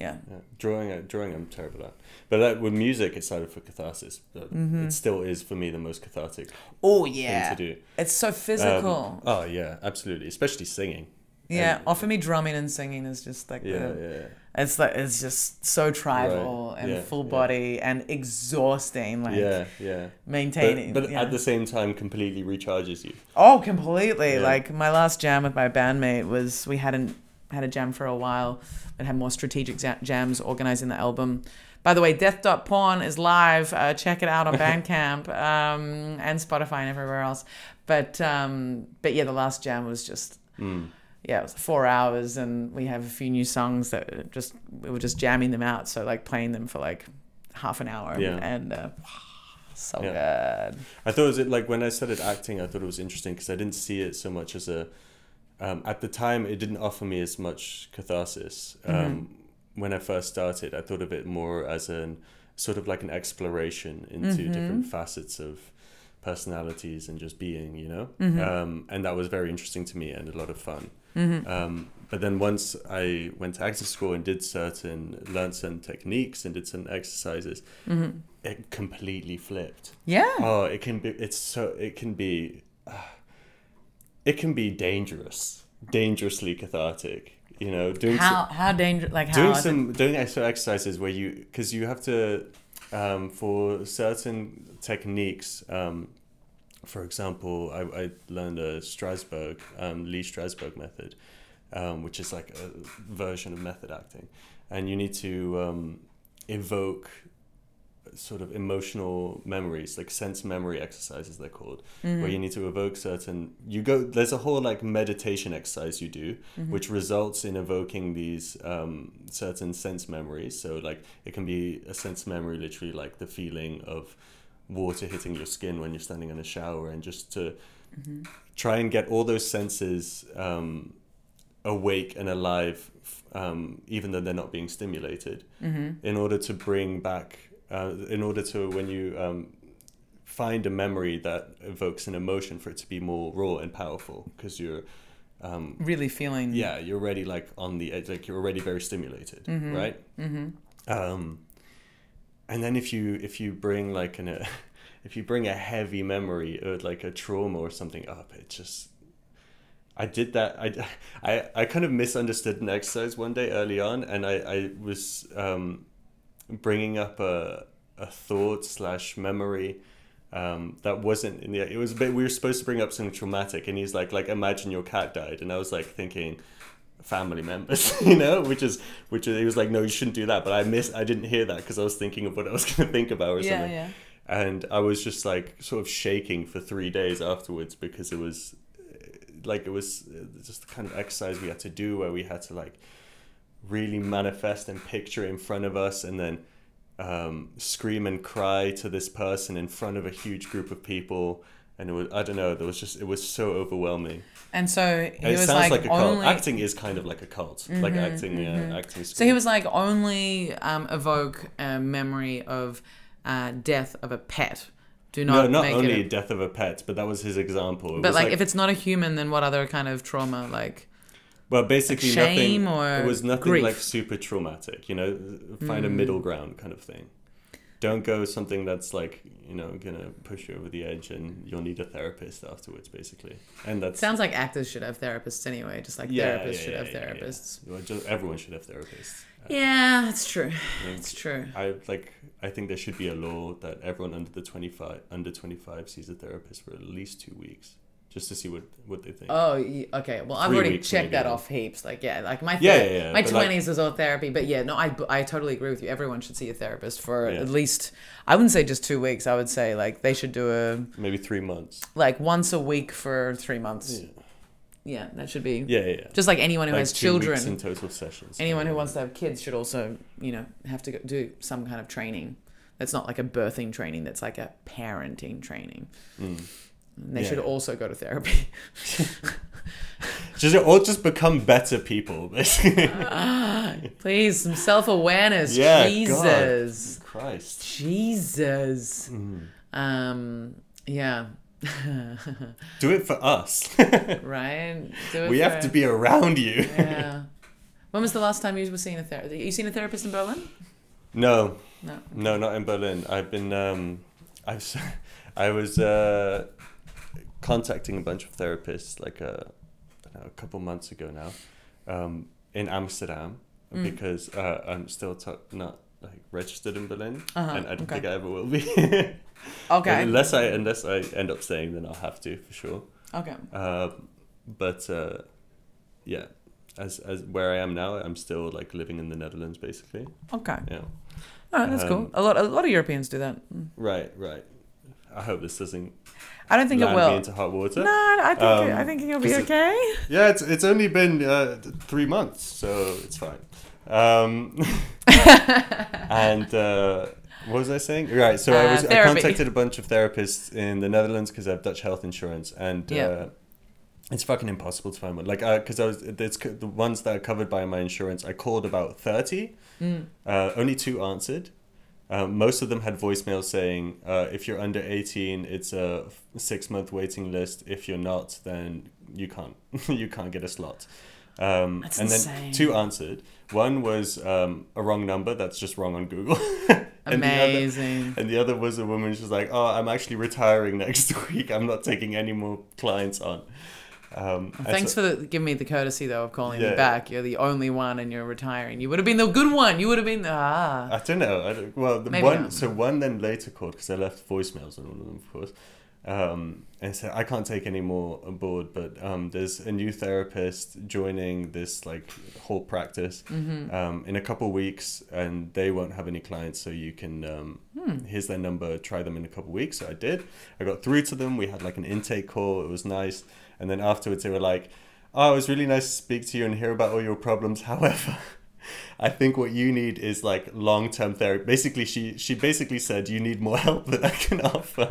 A: yeah,
B: Yeah. Drawing, I- drawing, I'm terrible at. But that, with music, it started for catharsis. But
A: Mm-hmm.
B: It still is for me the most cathartic
A: oh
B: thing to do.
A: it's so
B: Um,
A: physical.
B: oh yeah, absolutely. Especially singing.
A: yeah,
B: and-
A: or for me, drumming and singing is just like
B: Yeah,
A: the,
B: yeah.
A: it's like it's just so tribal and
B: yeah,
A: full
B: yeah.
A: body and exhausting. Like
B: Yeah, yeah.
A: maintaining,
B: But, but
A: yeah.
B: at the same time, completely recharges you.
A: Oh, completely.
B: Yeah.
A: Like my last jam with my bandmate was we hadn't had a jam for a while, but had more strategic ja- jams organizing the album. By the way, Death Dot Porn is live. Uh, check it out on Bandcamp um, and Spotify and everywhere else. But um, but yeah, the last jam was just
B: Mm.
A: yeah, it was four hours, and we have a few new songs that are just we were just jamming them out. So like playing them for like half an hour,
B: Yeah.
A: and uh, so good.
B: I thought it was like when I started acting, I thought it was interesting because I didn't see it so much as a. Um, at the time, it didn't offer me as much catharsis. Um, When I first started, I thought of it more as an sort of like an exploration into different facets of personalities and just being, you know. Um, and that was very interesting to me and a lot of fun. Um, but then once I went to acting school and did certain, learned certain techniques and did certain exercises, it completely flipped.
A: Yeah.
B: Oh, it can be. It's so. It can be. it can be dangerous, dangerously cathartic. You know, doing
A: How how dangerous? Like how
B: some, doing
A: is it-
B: some doing extra exercises where you because you have to um, for certain techniques. Um, for example, I, I learned a Strasbourg, um, Lee Strasbourg method, um, which is like a version of method acting. And you need to um, evoke sort of emotional memories, like sense memory exercises, they're called, where you need to evoke certain. You go, there's a whole like meditation exercise you do, which results in evoking these um, certain sense memories. So, like, it can be a sense memory, literally, like the feeling of water hitting your skin when you're standing in a shower, and just to try and get all those senses um, awake and alive, f- um, even though they're not being stimulated, in order to bring back, uh, in order to, when you um, find a memory that evokes an emotion, for it to be more raw and powerful, because you're
A: Really feeling.
B: yeah, you're already like on the edge, like you're already very stimulated, right? Mm-hmm. Um, and then if you if you bring like an a, if you bring a heavy memory or like a trauma or something up, it just I did that. I, I, I kind of misunderstood an exercise one day early on, and I, I was um, bringing up a, a thought slash memory um, that wasn't in the. It was a bit. We were supposed to bring up something traumatic, and he's like, like imagine your cat died, and I was like thinking family members you know which is which is, he was like no you shouldn't do that but i miss i didn't hear that because i was thinking of what i was going to think about or
A: Yeah,
B: something
A: yeah.
B: and i was just like sort of shaking for three days afterwards because it was like it was uh, just the kind of exercise we had to do where we had to like really manifest and picture it in front of us and then um, scream and cry to this person in front of a huge group of people and it was i don't know there was just it was so overwhelming
A: And so he
B: And it
A: was like,
B: sounds like, a cult
A: only. Mm-hmm,
B: acting is kind of like a cult like acting yeah acting
A: So he was like only um, evoke a memory of uh, death of a pet. Do
B: no
A: not,
B: not
A: make
B: only
A: it. A,
B: death of a pet but that was his example it
A: but
B: was
A: like, if it's not a human, then what other kind of trauma? Like
B: Well, basically,
A: Like shame
B: nothing.
A: or
B: it was nothing
A: grief? Mm.
B: like super traumatic. You know, find a middle ground kind of thing. Don't go something that's like you know gonna push you over the edge, and you'll need a therapist afterwards, basically. And that's
A: sounds like actors should have therapists anyway, just like therapists should have
B: yeah, yeah.
A: therapists.
B: Well, just- everyone should have therapists.
A: Yeah. that's true. It's true.
B: I like. I think there should be a law that everyone under the twenty five under twenty five sees a therapist for at least two weeks, just to see what what they think.
A: Oh, ye- okay. Well, I've
B: Three
A: already
B: weeks
A: checked
B: maybe,
A: that
B: yeah.
A: off heaps. Like, yeah, like my
B: Yeah,
A: thera-
B: yeah, yeah,
A: my
B: but, like-
A: twenties was all therapy. But yeah, no, I I totally agree with you. Everyone should see a therapist for
B: Yeah.
A: at least I wouldn't say just two weeks. I would say like they should do a
B: Maybe three months.
A: like once a week for three months.
B: Yeah,
A: Yeah, that should be
B: yeah, yeah.
A: just like anyone who
B: Like
A: has
B: two
A: children.
B: weeks in total sessions.
A: anyone who wants to have kids should also you know have to go, do some kind of training. That's not like a birthing training. That's like a parenting training. And They
B: Mm. Yeah.
A: should also go to therapy.
B: Just all just become better people, basically.
A: Please, some self awareness.
B: Yeah, God.
A: Jesus.
B: Christ.
A: Jesus.
B: Mm-hmm.
A: Um, yeah.
B: Do it for us.
A: right? Do it
B: we have
A: for-
B: to be around you.
A: Yeah. When was the last time you were seeing a therapist? You seen a therapist in Berlin?
B: No,
A: No.
B: no, not in Berlin. I've been, um, I've, s- I was uh, contacting a bunch of therapists like uh, I don't know, a couple months ago now um, in Amsterdam
A: Mm.
B: because uh, I'm still t- not like registered in Berlin
A: Uh-huh,
B: and I don't
A: okay.
B: think I ever will be.
A: Okay.
B: unless I unless I end up staying, then I'll have to for sure.
A: Okay.
B: Um, but uh, yeah, as as where I am now, I'm still like living in the Netherlands, basically.
A: Okay.
B: Yeah.
A: All right, that's cool.
B: Um,
A: A lot, a lot of Europeans do that.
B: Right, right. I hope this doesn't
A: I don't think it
B: land me
A: will.
B: into hot water.
A: No, I think it-
B: Um,
A: I think you'll be
B: 'cause it-
A: okay.
B: Yeah, it's it's only been uh, th- three months, so it's fine. Um, and uh, what was I saying? Right, so I
A: Uh,
B: was I
A: therapy.
B: contacted a bunch of therapists in the Netherlands because I have Dutch health insurance, and
A: Yeah.
B: uh, it's fucking impossible to find one. Like, because I was it's c- the ones that are covered by my insurance. I called about thirty, uh, only two answered. Um, most of them had voicemails saying, uh, if you're under 18, it's a f- six month waiting list. If you're not, then you can't you can't get a slot. Um,
A: That's
B: and
A: insane.
B: then two answered. One was um, a wrong number that's just wrong on Google. and The other,
A: Amazing.
B: and the other was a woman. She's like, "Oh, I'm actually retiring next week. I'm not taking any more clients on." Um, and
A: Thanks
B: so-
A: for the, giving me the courtesy though of calling
B: Yeah.
A: me back. You're the only one, and you're retiring. You would have been the good one. You would have been the ah.
B: I don't know. I don't, well, the
A: Maybe
B: one
A: not.
B: so one then later called because I left voicemails on all of them, of course, um, and said I can't take any more on board. But um, there's a new therapist joining this like whole practice
A: Mm-hmm.
B: um, in a couple weeks, and they won't have any clients, so you can. Um,
A: Hmm.
B: Here's their number. Try them in a couple weeks. So I did. I got through to them. We had like an intake call. It was nice, and then afterwards they were like. Oh, it was really nice to speak to you and hear about all your problems. However, I think what you need is like long term therapy. Basically, she she basically said you need more help than I can offer,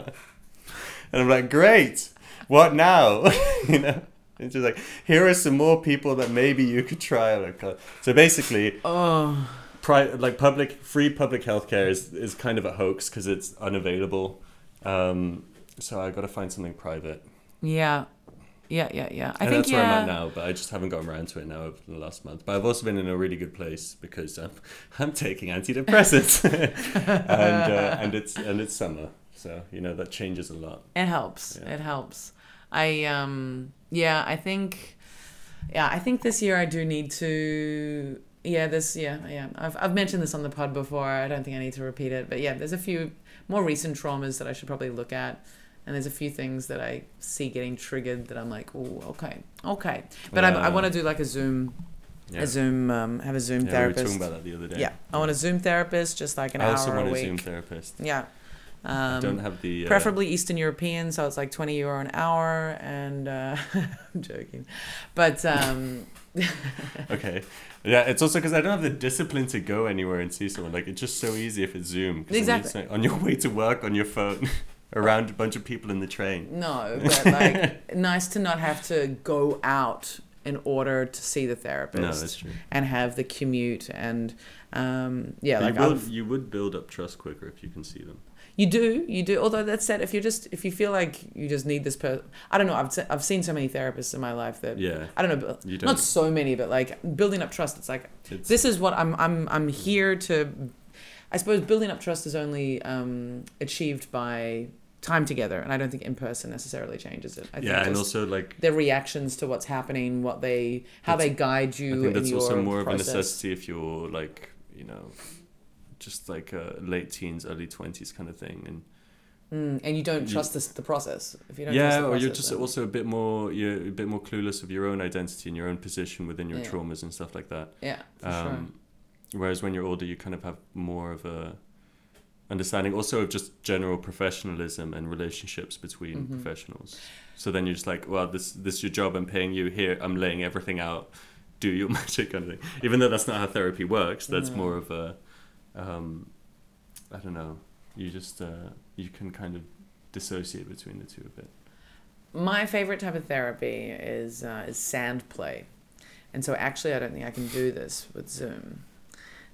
B: and I'm like, great. What now? you know, and she's like, here are some more people that maybe you could try. I'm like, "God." So basically,
A: Oh,
B: pri- like public free public healthcare is is kind of a hoax because it's unavailable. Um, so I got to find something private,
A: yeah, yeah, yeah, yeah. I
B: and
A: think
B: that's where
A: yeah.
B: I'm at now. But I just haven't gotten around to it now over the last month. But I've also been in a really good place because um, I'm taking antidepressants, and uh, and it's and it's summer, so you know that changes a lot.
A: It helps.
B: Yeah.
A: It helps. I um yeah, I think yeah, I think this year I do need to yeah, this yeah, yeah. I've I've mentioned this on the pod before. I don't think I need to repeat it, but yeah, there's a few more recent traumas that I should probably look at. And there's a few things that I see getting triggered that I'm like, oh, okay, okay. But I, I
B: Yeah.
A: want to do like a Zoom,
B: Yeah,
A: a Zoom, um, have a Zoom
B: yeah we were
A: therapist.
B: talking about that the other day.
A: yeah, I want a Zoom therapist, just like an
B: I also
A: hour
B: want
A: a
B: a
A: week.
B: Zoom therapist.
A: Yeah. Um,
B: I don't have the uh,
A: preferably Eastern European, so it's like 20 euro an hour. And uh, I'm joking, but um,
B: Okay, yeah, it's also because I don't have the discipline to go anywhere and see someone. Like it's just so easy if it's Zoom. 'cause then you're
A: Exactly.
B: saying- on your way to work on your phone, around a bunch of people in the train.
A: no, but like nice to not have to go out in order to see the therapist
B: No, that's true.
A: and have the commute and um, yeah,
B: But
A: like
B: you, will,
A: I've-
B: you would build up trust quicker if you can see them.
A: You do, you do. Although that said, if you're just if you feel like you just need this person, I don't know. I've se- I've seen so many therapists in my life that
B: Yeah,
A: I don't know, but
B: you don't.
A: not so many, but like building up trust. It's like
B: it's-
A: this is what I'm I'm I'm here to I suppose building up trust is only um, achieved by time together and I don't think in person necessarily changes it. I
B: yeah,
A: think
B: and
A: just
B: also like
A: their reactions to what's happening, what they how
B: That's-
A: they guide
B: I
A: you
B: think that's
A: in your
B: also more
A: process.
B: of a necessity if you're like you know, just like uh, late teens, early twenties kind of thing, and
A: Mm, and you don't
B: You-
A: trust this, the process. If you don't trust
B: yeah,
A: the
B: or
A: process,
B: you're just
A: then-
B: also a bit more you're a bit more clueless of your own identity and your own position within your
A: Yeah.
B: traumas and stuff like that.
A: yeah, for
B: Um, Whereas when you're older, you kind of have more of a understanding also of just general professionalism and relationships between
A: Mhm.
B: professionals. So then you're just like, well, this this is your job. I'm paying you here. I'm laying everything out. Do your magic kind of thing. Even though that's not how therapy works, that's
A: No.
B: more of a, um, I don't know. You just uh, you can kind of dissociate between the two a bit.
A: sure. My favorite type of therapy is uh, is sand play, and so actually I don't think I can do this with Zoom.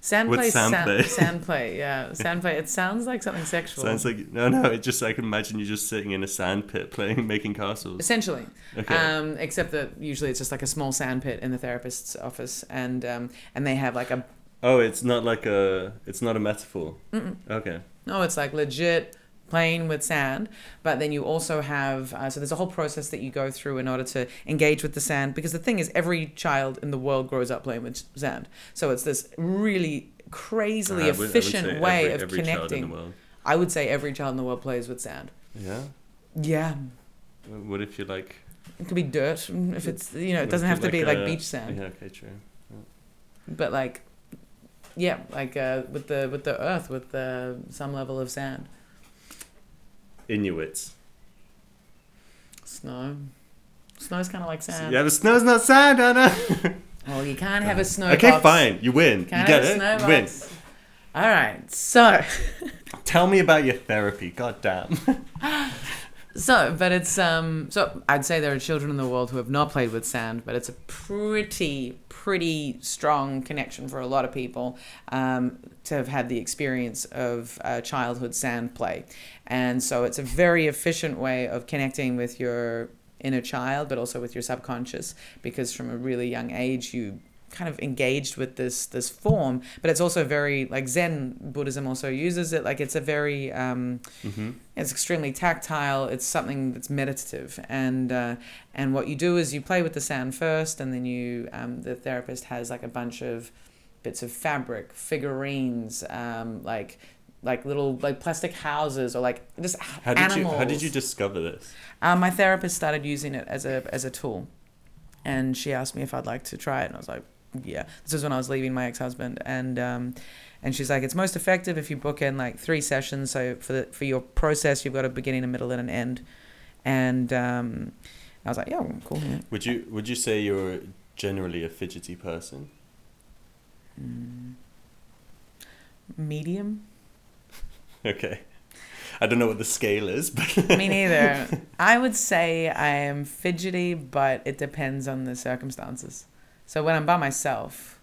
A: Sand
B: With
A: play,
B: sand play.
A: sand play, yeah, sand play. It sounds like something sexual.
B: Sounds like no, no. It just I can imagine you just sitting in a sand pit playing, making castles.
A: Essentially,
B: Okay.
A: um, except that usually it's just like a small sandpit in the therapist's office, and um, and they have like a
B: Oh, it's not like a. It's not a metaphor.
A: Mm-mm.
B: Okay.
A: no, it's like legit playing with sand. But then you also have uh, so there's a whole process that you go through in order to engage with the sand because the thing is every child in the world grows up playing with sand, so it's this really crazily
B: Uh, I would- I would
A: efficient
B: say
A: way
B: every-
A: of
B: every child in the
A: connecting.
B: world.
A: I would say every child in the world plays with sand.
B: Yeah.
A: Yeah,
B: W- What if you like?
A: it could be dirt mm, if it's you know it
B: what if
A: doesn't
B: you
A: have to be
B: a-
A: like beach sand.
B: Yeah. Okay. True.
A: but like yeah like uh, with the with the earth with the some level of sand
B: Inuits.
A: snow snow's kind of like sand
B: Yeah, but snow's not sand, Anna.
A: well you can't have a snow
B: okay,
A: box.
B: fine. You win.
A: can't
B: you
A: have
B: get
A: a
B: it.
A: snow
B: You win.
A: box. all right so
B: Tell me about your therapy. God damn.
A: so but it's um so i'd say there are children in the world who have not played with sand but it's a pretty pretty strong connection for a lot of people um, to have had the experience of uh, childhood sand play and so it's a very efficient way of connecting with your inner child but also with your subconscious because from a really young age you kind of engaged with this this form but it's also very like zen buddhism also uses it like it's a very um
B: Mm-hmm.
A: it's extremely tactile it's something that's meditative and uh and what you do is you play with the sound first and then you um the therapist has like a bunch of bits of fabric figurines um like like little like plastic houses or like just
B: How did
A: animals.
B: you How did you discover this?
A: Um, my therapist started using it as a as a tool, and she asked me if I'd like to try it, and I was like, "Yeah." This was when I was leaving my ex husband, and um, and she's like, "It's most effective if you book in like three sessions. So for the, for your process, you've got a beginning, a middle, and an end." And um, I was like, "Yeah, well, cool." yeah."
B: Would you Would you say you're generally a fidgety person?
A: Medium.
B: Okay, I don't know what the scale is, but
A: Me neither. I would say I am fidgety, but it depends on the circumstances. So when I'm by myself,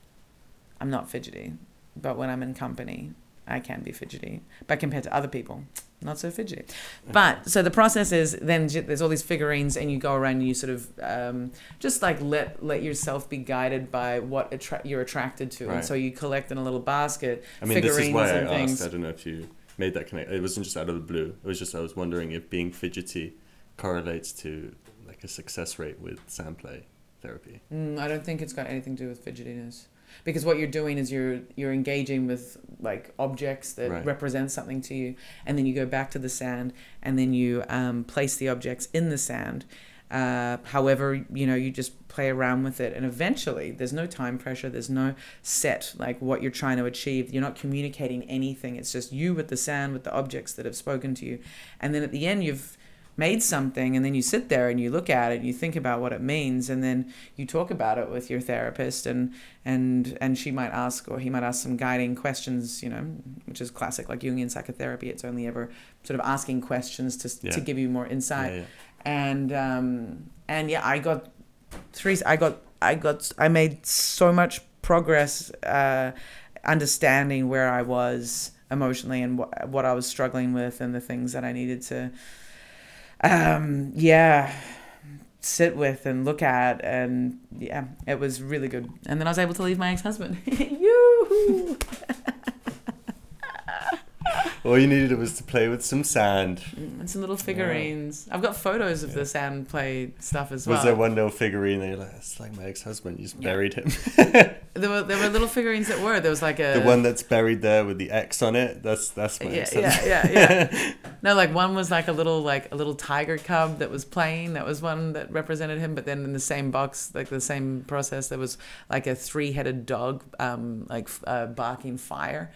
A: I'm not fidgety. But when I'm in company, I can be fidgety. But compared to other people, not so fidgety. But so the process is then j- there's all these figurines, and you go around and you sort of um, just like let let yourself be guided by what attra- you're attracted to, and
B: Right.
A: so you collect in a little basket
B: I mean, this
A: figurines
B: is why I
A: and
B: asked.
A: things.
B: I don't know if you made that connect. It wasn't just out of the blue. It was just I was wondering if being fidgety correlates to like a success rate with sound play therapy.
A: Mm, I don't think it's got anything to do with fidgetiness, because what you're doing is you're you're engaging with like objects that
B: Right.
A: represent something to you, and then you go back to the sand, and then you um, place the objects in the sand. Uh, however, you know you just play around with it, and eventually there's no time pressure, there's no set like what you're trying to achieve. You're not communicating anything. It's just you with the sand, with the objects that have spoken to you, and then at the end you've made something and then you sit there and you look at it and you think about what it means and then you talk about it with your therapist and and and she might ask or he might ask some guiding questions you know which is classic like jungian psychotherapy it's only ever sort of asking questions to
B: Yeah.
A: to give you more
B: Yeah,
A: insight
B: yeah.
A: and um and yeah i got three i got i got i made so much progress uh understanding where i was emotionally and wh- what i was struggling with and the things that i needed to um yeah sit with and look at and yeah it was really good and then i was able to leave my ex-husband yoo
B: All you needed was to play with some sand.
A: and some little figurines i've got photos of
B: Yeah.
A: the sand play stuff as well
B: Was there one little figurine that you're like, it's like my ex-husband, you just
A: Yeah.
B: buried him.
A: there were there were little figurines that were there was like a
B: the one that's buried there with the X on it, that's that's my
A: yeah,
B: ex-husband.
A: yeah, yeah, yeah. No, like one was like a little like a little tiger cub that was playing. That was one that represented him. But then in the same box, like the same process, there was like a three-headed dog, um, like f- uh, barking fire.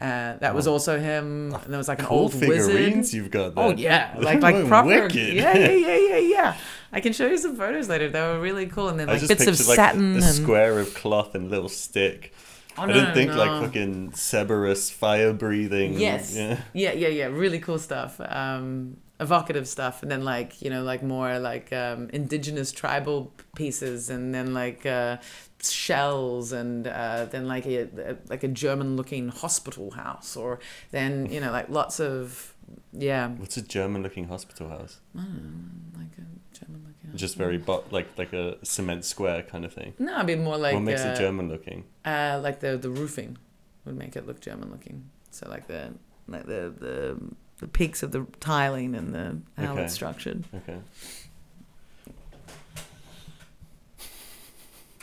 A: Uh, that was also him. And there was like an
B: Oh. Ah,
A: old
B: Cool
A: wizard.
B: figurines you've got there.
A: Oh yeah, like like
B: Wicked.
A: proper. Yeah, yeah, yeah, yeah, yeah. I can show you some photos later. They were really cool. And then
B: I
A: like
B: just
A: bits of
B: pictured like
A: satin
B: a, a
A: and.
B: square of cloth and a little stick.
A: Oh,
B: I
A: no,
B: didn't think
A: no,
B: like
A: no.
B: fucking Cerberus fire breathing.
A: Yes.
B: Yeah.
A: yeah, yeah, yeah. Really cool stuff. Um, evocative stuff, and then like you know, like more like um, indigenous tribal pieces, and then like uh, shells, and uh, then like a, a like a German-looking hospital house, or then you know, like lots of yeah,
B: What's a German looking hospital house?
A: I don't know, like a German-looking. house.
B: Just very bo- like like a cement square kind of thing.
A: No, I mean more like
B: what makes
A: uh,
B: it German looking?
A: Uh, like the the roofing would make it look German looking. So like the like the the the peaks of the tiling and the how
B: Okay.
A: it's structured.
B: Okay.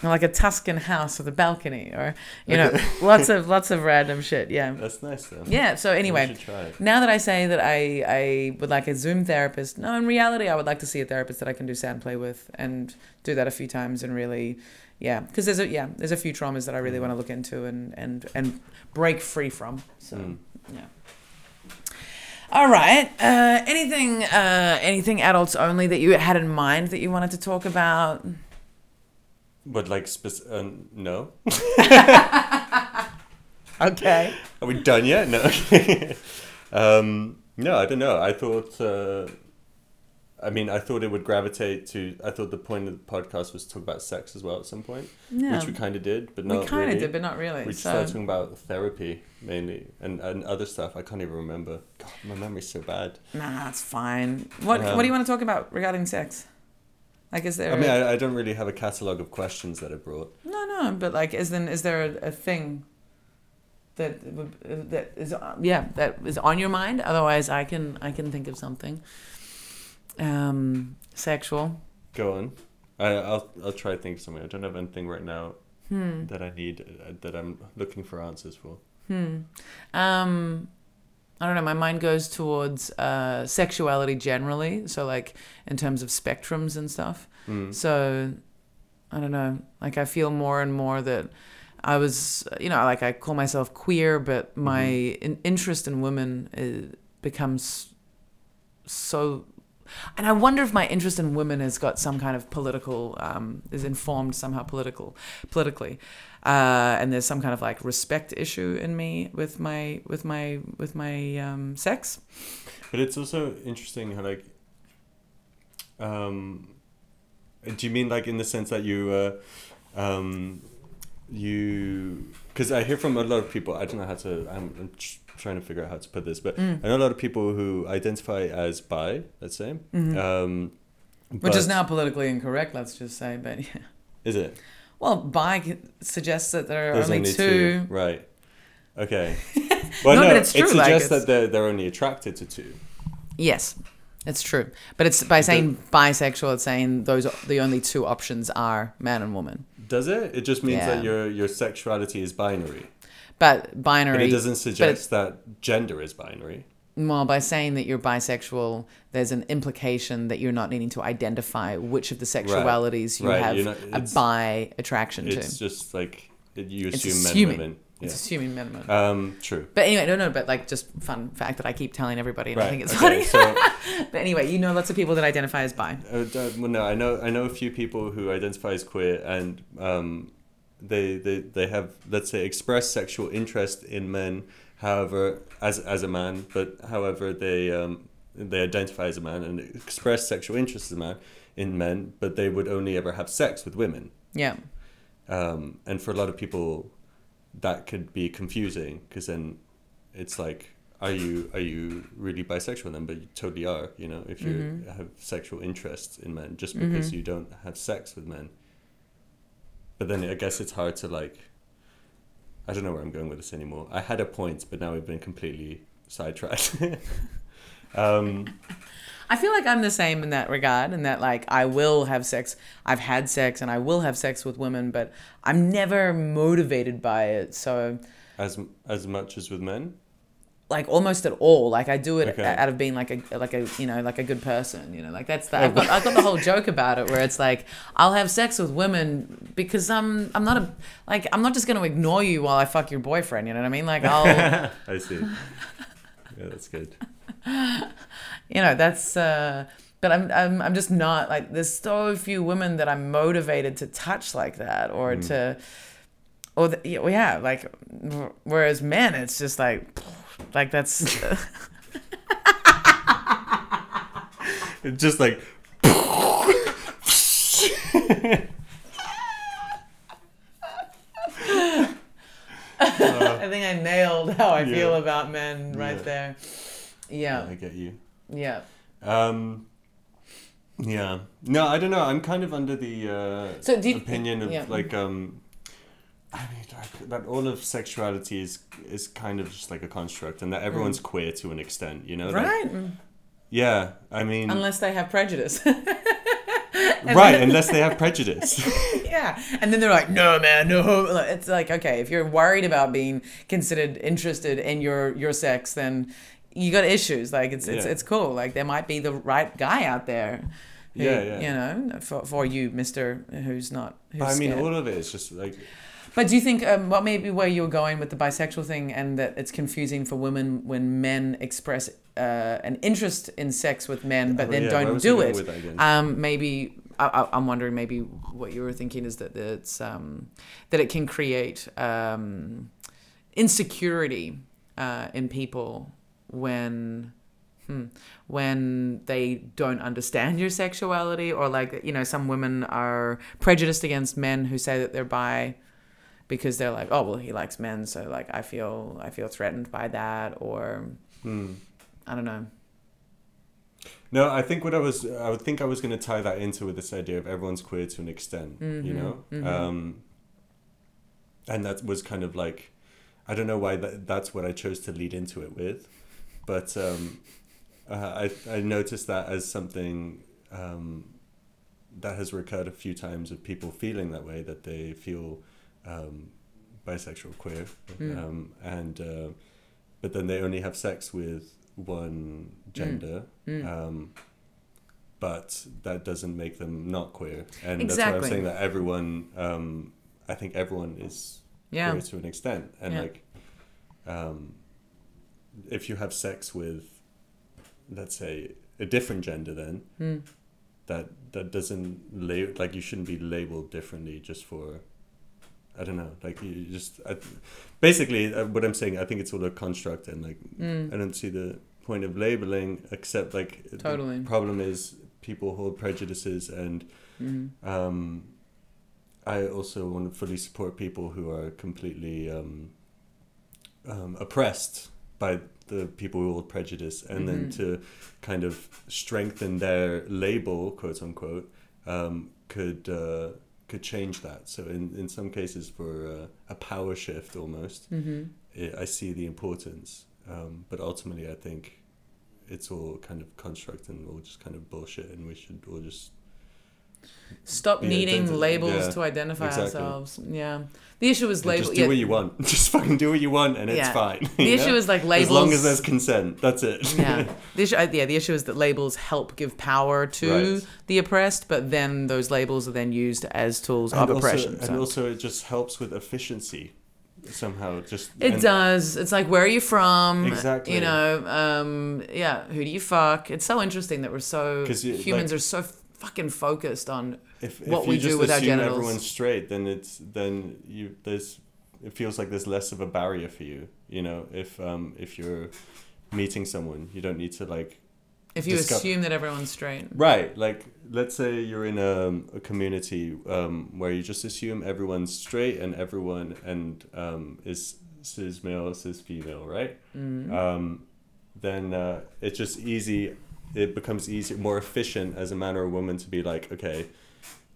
A: Or like a Tuscan house with a balcony, or you know, lots of lots of random shit. Yeah,
B: That's nice though.
A: yeah. So
B: We
A: anyway,
B: should try it.
A: now that I say that I I would like a Zoom therapist, no, in reality, I would like to see a therapist that I can do sound play with and do that a few times and really, yeah, because there's a yeah there's a few traumas that I really want to look into and and and break free from. So.
B: Mm.
A: Yeah. All right. Uh, anything, uh, anything adults only that you had in mind that you wanted to talk about?
B: But like spec- uh, no.
A: Okay.
B: Are we done yet? No. um, no, I don't know. I thought. Uh, I mean, I thought it would gravitate to. I thought the point of the podcast was to talk about sex as well at some point,
A: Yeah.
B: which we kind of did, but
A: we
B: not
A: kind of
B: really.
A: did, but not really.
B: we just
A: so.
B: started talking about therapy mainly and, and other stuff. I can't even remember. God, my memory's so bad.
A: Nah, that's fine. What What
B: Um,
A: do you want to talk about regarding sex? Like, is there?
B: I mean,
A: a-
B: I, I don't really have a catalogue of questions that I brought.
A: no, no. But like, is then is there a, a thing that would- that is uh, yeah that is on your mind? Otherwise, I can I can think of something. Um, sexual.
B: Go on. I, I'll I'll try to think of something. I don't have anything right now
A: Hmm.
B: that I need uh, that I'm looking for answers for.
A: Hmm. Um, I don't know. My mind goes towards uh, sexuality generally. So, like, in terms of spectrums and stuff.
B: Mm.
A: So, I don't know. Like, I feel more and more that I was, you know, like I call myself queer, but my in- interest in women is, becomes so. And I wonder if my interest in women has got some kind of political, um, is informed somehow political, politically, uh, and there's some kind of like respect issue in me with my with my with my um, sex.
B: But it's also interesting how like um do you mean like in the sense that you uh um you because I hear from a lot of people I don't know how to I'm, I'm tr- trying to figure out how to put this but
A: Mm.
B: I know a lot of people who identify as bi let's say um
A: Mm-hmm. Which is
B: but-
A: now politically incorrect, let's just say. But yeah.
B: is it
A: Well, bi c- suggests that there are
B: There's
A: only,
B: only
A: two.
B: right okay well
A: No,
B: no,
A: but it's
B: it
A: true, like,
B: suggests
A: it's-
B: that they're, they're only attracted to two
A: Yes, it's true. But it's by saying bisexual, it's saying those the only two options are man and woman.
B: does it it just means
A: Yeah.
B: that your your sexuality is binary
A: But binary.
B: But it doesn't suggest that gender is binary.
A: Well, by saying that you're bisexual, there's an implication that you're not needing to identify which of the sexualities you
B: Right,
A: have
B: you're not-
A: a
B: it's-
A: bi attraction to.
B: It's just like it- you
A: It's
B: assume men
A: assuming.
B: women. Yeah.
A: It's assuming men and women.
B: um, true.
A: But anyway, no, no, but like just fun fact that I keep telling everybody and I think it's funny.
B: okay, so,
A: But anyway, you know lots of people that identify as bi.
B: uh, d- well, no, I know I know a few people who identify as queer and um, they, they they have let's say expressed sexual interest in men. However, as as a man, but however they um, they identify as a man and express sexual interest as a man in men, but they would only ever have sex with women.
A: Yeah.
B: um, and for a lot of people that could be confusing because then it's like are you are you really bisexual then but you totally are you know if you have sexual interests in men just because you don't have sex with men but then i guess it's hard to like i don't know where i'm going with this anymore i had a point but now we've been completely sidetracked um
A: I feel like I'm the same in that regard, in that like I will have sex. I've had sex and I will have sex with women, but I'm never motivated by it. So
B: as as much as with men
A: like almost at all. Like I do it
B: Okay.
A: out of being like a like a you know like a good person. You know, like that's the I've got I've got the whole joke about it where it's like I'll have sex with women because I'm I'm not a like I'm not just gonna ignore you while I fuck your boyfriend. You know what I mean? Like I'll
B: i see yeah that's good
A: you know that's uh but I'm, I'm i'm just not like there's so few women that i'm motivated to touch like that or to or the, yeah, well, yeah like wh- whereas men it's just like like that's
B: It's just like.
A: i think i nailed how i feel
B: Yeah.
A: about men right
B: Yeah.
A: there yeah
B: I get you.
A: yeah
B: Um, yeah. No, I don't know. I'm kind of under the uh,
A: So do you-
B: opinion of
A: yeah.
B: like. Um, I mean, like, that all of sexuality is is kind of just like a construct, and that everyone's queer to an extent, you know. Like,
A: Mm. right Mm.
B: yeah, I mean,
A: unless they have prejudice
B: right, unless they have prejudice.
A: yeah and then they're like no man no Like, it's like okay if you're worried about being considered interested in your your sex then you got issues like it's it's,
B: Yeah.
A: it's cool like there might be the right guy out there who,
B: Yeah, yeah.
A: you know for, for you mister who's not who's
B: I mean,
A: scared.
B: all of it is just like
A: but do you think um, what maybe where you were going with the bisexual thing and that it's confusing for women when men express uh, an interest in sex with men but then
B: Oh, yeah, where
A: don't
B: was I
A: do
B: going
A: it
B: with that again?
A: um, maybe I, I, I'm wondering. Maybe what you were thinking is that it's um, that it can create um, insecurity uh, in people when hmm, when they don't understand your sexuality, or like you know, some women are prejudiced against men who say that they're bi because they're like, oh well, he likes men, so like I
B: Hmm.
A: feel I feel threatened by that, or I don't know.
B: No, I think what I was, I would think I was going to tie that into with this idea of everyone's queer to an extent,
A: Mm-hmm.
B: you know, um, and that was kind of like, I don't know why that, that's what I chose to lead into it with, but um, uh, I I noticed that as something um, that has recurred a few times of people feeling that way that they feel um, bisexual queer, um, and uh, but then they only have sex with one gender. Um, but that doesn't make them not queer, and that's why I'm
A: Exactly.
B: saying that everyone, um, I think everyone is
A: Yeah.
B: queer to an extent, and
A: Yeah.
B: like, um, if you have sex with let's say a different gender then
A: Hmm.
B: that that doesn't la- like you shouldn't be labeled differently just for i don't know like you just I, basically uh, what i'm saying i think it's all a construct and like
A: Hmm.
B: i don't see the point of labeling except like the
A: Totally.
B: problem is people hold prejudices and
A: Mm-hmm.
B: um i also want to fully support people who are completely um um, oppressed by the people who hold prejudice, and then to kind of strengthen their label, quote unquote, um, could uh, could change that. So in, in some cases, for uh, a power shift almost,
A: Mm-hmm.
B: eh, i I see the importance. Um, but ultimately, I think it's all kind of construct and all just kind of bullshit, and we should all just
A: Stop
B: Yeah,
A: needing
B: identity-
A: labels
B: yeah,
A: to identify
B: exactly.
A: ourselves. Yeah. The issue is label.
B: just do
A: yeah,
B: what you want. Just fucking do what you want, and it's
A: Yeah.
B: fine.
A: The
B: you
A: issue
B: know?
A: is like labels.
B: As long as there's consent, that's it.
A: yeah. The issue, uh, yeah, the issue is that labels help give power to
B: Right.
A: the oppressed, but then those labels are then used as tools of
B: also,
A: oppression.
B: And
A: so.
B: also, it just helps with efficiency somehow. Just
A: It
B: and-
A: does. It's like where are you from?
B: Exactly.
A: You know, um, yeah. Who do you fuck? It's so interesting that we're so
B: 'Cause you-
A: humans
B: like-
A: are so fucking focused on
B: If, if
A: what
B: you
A: we
B: just
A: do with our
B: assume
A: genitals.
B: everyone's straight, then it's then you there's it feels like there's less of a barrier for you. You know, if um if you're meeting someone, you don't need to like
A: if you
B: discover-
A: assume that everyone's straight.
B: right like let's say you're in a, a community um where you just assume everyone's straight and everyone and um is cis male cis female right um, then uh, it's just easy. It becomes easy, more efficient as a man or a woman to be like, okay,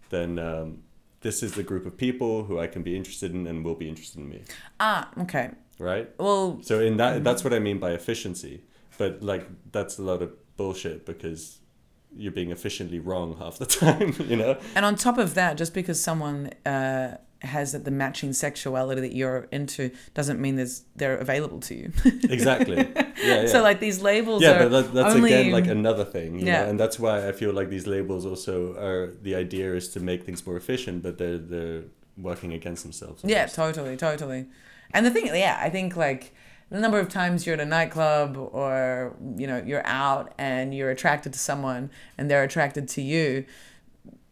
B: then um, this is the group of people who I can be interested in and will be interested in me,
A: Ah, okay.
B: right?
A: Well,
B: So in that,
A: Mm-hmm.
B: that's what I mean by efficiency. But like, that's a lot of bullshit because you're being efficiently wrong half the time, you know?
A: and on top of that, just because someone uh, has the matching sexuality that you're into doesn't mean there's they're available to you.
B: Exactly. Yeah, yeah.
A: So like these labels
B: yeah,
A: are
B: but that, that's
A: only
B: again like another thing, you
A: Yeah.
B: know, and that's why I feel like these labels also are the idea is to make things more efficient, but they're they're working against themselves.
A: Yeah, totally, totally. And the thing, yeah, I think like the number of times you're at a nightclub or you know you're out and you're attracted to someone and they're attracted to you,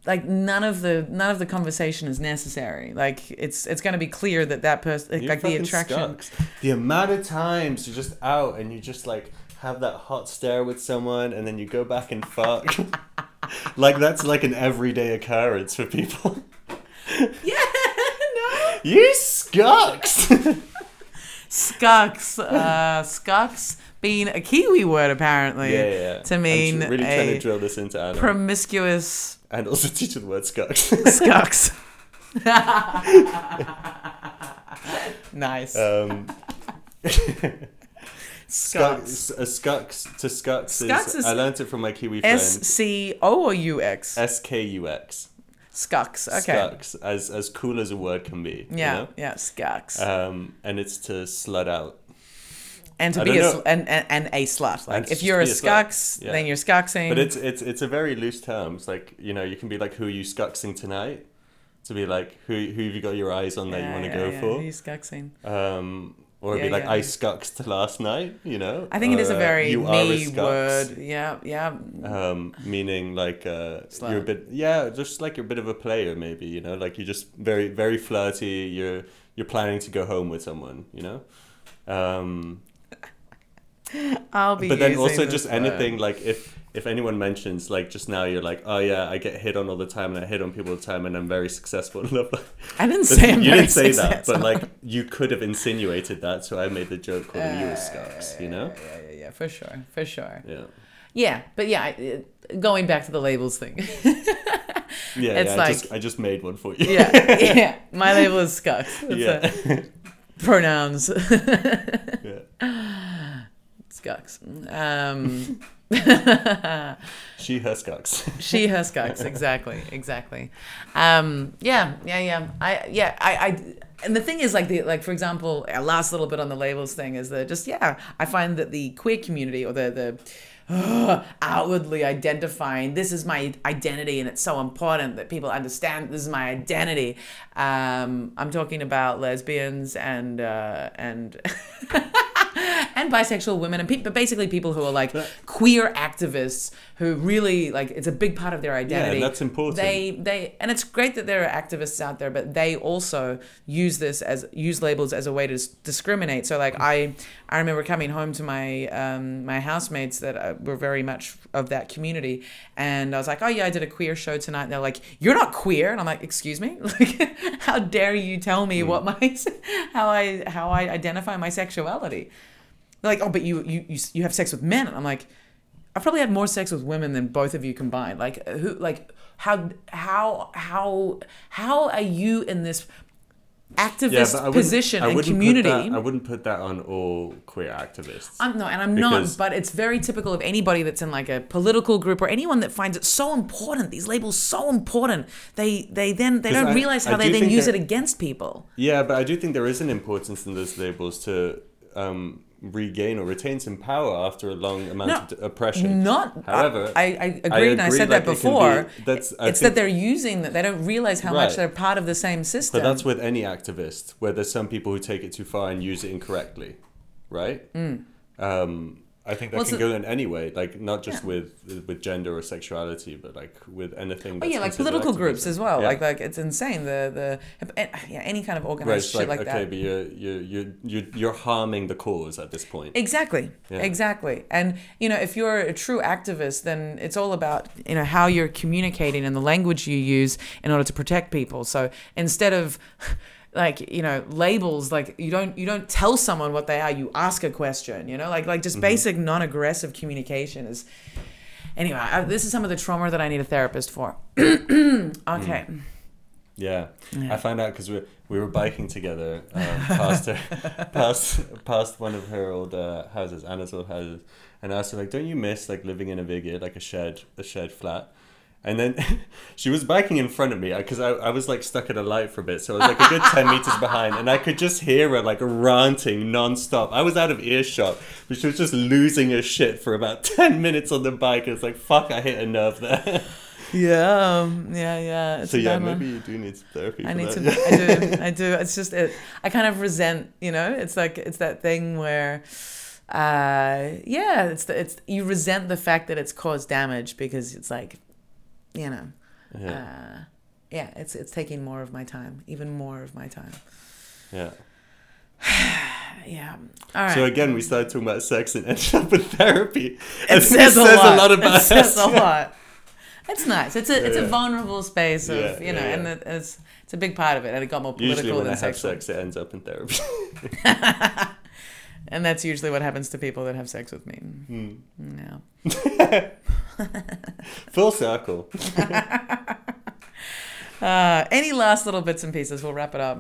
A: like none of the none of the conversation is necessary. Like it's it's going to be clear that that person
B: You
A: like the
B: fucking
A: attraction.
B: scucks. The amount of times you're just out and you just like have that hot stare with someone, and then you go back and fuck. like that's like an everyday occurrence for people.
A: Yeah, no.
B: you scucks.
A: Scucks, uh, scucks being a Kiwi word apparently
B: yeah, yeah, yeah.
A: to
B: I'm tr-
A: mean
B: really trying to
A: a
B: drill this into Adam
A: promiscuous
B: and also teach you the word scucks.
A: Scucks. nice.
B: Um,
A: Scucks.
B: Scucks. A scucks to scucks,
A: Scucks
B: is,
A: is-
B: I learnt it from my
A: S
B: Kiwi friend. Uh,
A: C O or U X?
B: S K U X.
A: Scucks. Okay.
B: Scucks. As as cool as a word can be. you
A: Yeah,
B: know?
A: yeah, scucks.
B: Um, and it's to slut out.
A: and to
B: I
A: be a
B: don't
A: sl-
B: know.
A: and, and and a slut. Like
B: And
A: if
B: to
A: you're a
B: just be a slut.
A: scucks,
B: Yeah.
A: then you're scucksing.
B: But it's it's it's a very loose term. It's like you know you can be like who are you scucksing tonight, to be like who who have you got your eyes on that you want to go
A: Who you scucksing?
B: for, um, or
A: Yeah,
B: be like
A: yeah.
B: I scucks to last night. You know.
A: I think it is a
B: or, uh,
A: very
B: you are a
A: me
B: scucks.
A: word. Yeah, yeah.
B: um, meaning like uh,
A: Slut.
B: you're a bit yeah, just like you're a bit of a player maybe you know, like you're just very very flirty. You're you're planning to go home with someone, you know. Um,
A: I'll be.
B: but then
A: using
B: also
A: this
B: just
A: word.
B: anything like if if anyone mentions like just now you're like oh yeah I get hit on all the time and I hit on people all the time and I'm very successful. in love life."
A: I didn't
B: But
A: say. I'm
B: you
A: very
B: didn't say that,
A: successful.
B: but like you could have insinuated that, so I made the joke calling you a scucks, you know?
A: Uh, Yeah, yeah, yeah, for sure, for sure.
B: Yeah.
A: yeah, but yeah, I- uh, going back to the labels thing.
B: Yeah,
A: It's
B: yeah I,
A: like-
B: just, I just made one for you.
A: yeah, yeah. My label is Scux. That's
B: yeah.
A: it. pronouns
B: yeah.
A: Scux. Um,
B: She, her skunks.
A: she her Scux. Exactly, exactly. Um, yeah, yeah, yeah. I yeah, I, I and the thing is like the like for example, our last little bit on the labels thing is that just yeah, I find that the queer community or the the ugh, outwardly identifying this is my identity and it's so important that people understand this is my identity um, i'm talking about lesbians and uh, and and bisexual women and pe- but basically people who are like queer activists who really like it's a big part of their identity.
B: that's important.
A: They they and it's great that there are activists out there, but they also use this as use labels as a way to s- discriminate. So like I I remember coming home to my um, my housemates that uh, were very much of that community, and I was like, oh yeah, I did a queer show tonight. And they're like, you're not queer, and I'm like, excuse me, like how dare you tell
B: Hmm.
A: me what my how I how I identify my sexuality. They're like, oh, but you, you you you have sex with men, and I'm like, I've probably had more sex with women than both of you combined. Like uh, who like how how how how are you in this activist
B: I wouldn't-
A: position
B: I
A: and
B: wouldn't put
A: community?
B: that- I wouldn't put that on all queer activists.
A: I'm no, and I'm
B: Because-
A: not, but it's very typical of anybody that's in like a political group or anyone that finds it so important. These labels so important. They they then they
B: 'Cause
A: don't
B: I-
A: realize how
B: I
A: they
B: do
A: then
B: think
A: use
B: that-
A: it against people.
B: Yeah, but I do think there is an importance in those labels to um, regain or retain some power after a long amount
A: No,
B: of d- oppression.
A: Not,
B: However,
A: I, I agreed, and I
B: agree
A: said
B: that
A: that
B: it can be-
A: before.
B: that's- I
A: it's
B: think-
A: that they're using that they don't realize how
B: Right.
A: much they're part of the same system.
B: But that's with any activist, where there's some people who take it too far and use it incorrectly, right? Um, I think that
A: Mm. Well,
B: can
A: so-
B: go in any way, like not just
A: Yeah.
B: with with gender or sexuality, but like with anything.
A: Oh
B: That's
A: yeah, like
B: considered
A: political groups
B: activism.
A: as well.
B: Yeah.
A: Like like it's insane. The the and- yeah, any kind of
B: Where
A: organized
B: it's
A: shit
B: like,
A: like,
B: okay,
A: that.
B: but you're you you you you're harming the cause at this point.
A: Exactly.
B: Yeah.
A: Exactly. And you know, if you're a true activist, then it's all about you know how you're communicating and the language you use in order to protect people. So instead of like you know labels like you don't you don't tell someone what they are you ask a question you know like like just
B: Mm-hmm.
A: basic non-aggressive communication is anyway I, this is some of the trauma that i need a therapist for okay
B: Mm. Yeah, I found out because we we were biking together um, past her, past past one of her old uh, houses, Anna's old houses, and I asked her like, "Don't you miss like living in a bigger like a shed, a shed flat?" And then she was biking in front of me because I, I was like stuck at a light for a bit, so I was like a good ten meters behind, and I could just hear her like ranting nonstop. I was out of earshot, but she was just losing her shit for about ten minutes on the bike. It's like fuck, I hit a nerve there.
A: yeah yeah yeah it's
B: so
A: a
B: yeah,
A: bad one.
B: maybe you do need some therapy.
A: I
B: for
A: need
B: that.
A: to. I do. I do. It's just. It, I kind of resent. You know. It's like it's that thing where, uh, yeah. It's the, it's you resent the fact that it's caused damage because it's like, you know,
B: Yeah.
A: uh, yeah. It's it's taking more of my time, even more of my time.
B: yeah.
A: Yeah. All right.
B: So again, we started talking about sex and ended up in therapy.
A: it
B: And
A: says, a, lot.
B: about
A: it says
B: us.
A: a lot. It's nice. It's a it's
B: Yeah.
A: a vulnerable space of
B: Yeah,
A: you know,
B: yeah,
A: and
B: yeah.
A: it, it's it's a big part of it, and it got more political
B: Usually, when I
A: than
B: have
A: sexual.
B: sex, it ends up in therapy.
A: And that's usually what happens to people that have sex with me.
B: Hmm.
A: Yeah.
B: Full circle.
A: Uh, any last little bits and pieces? We'll wrap it up.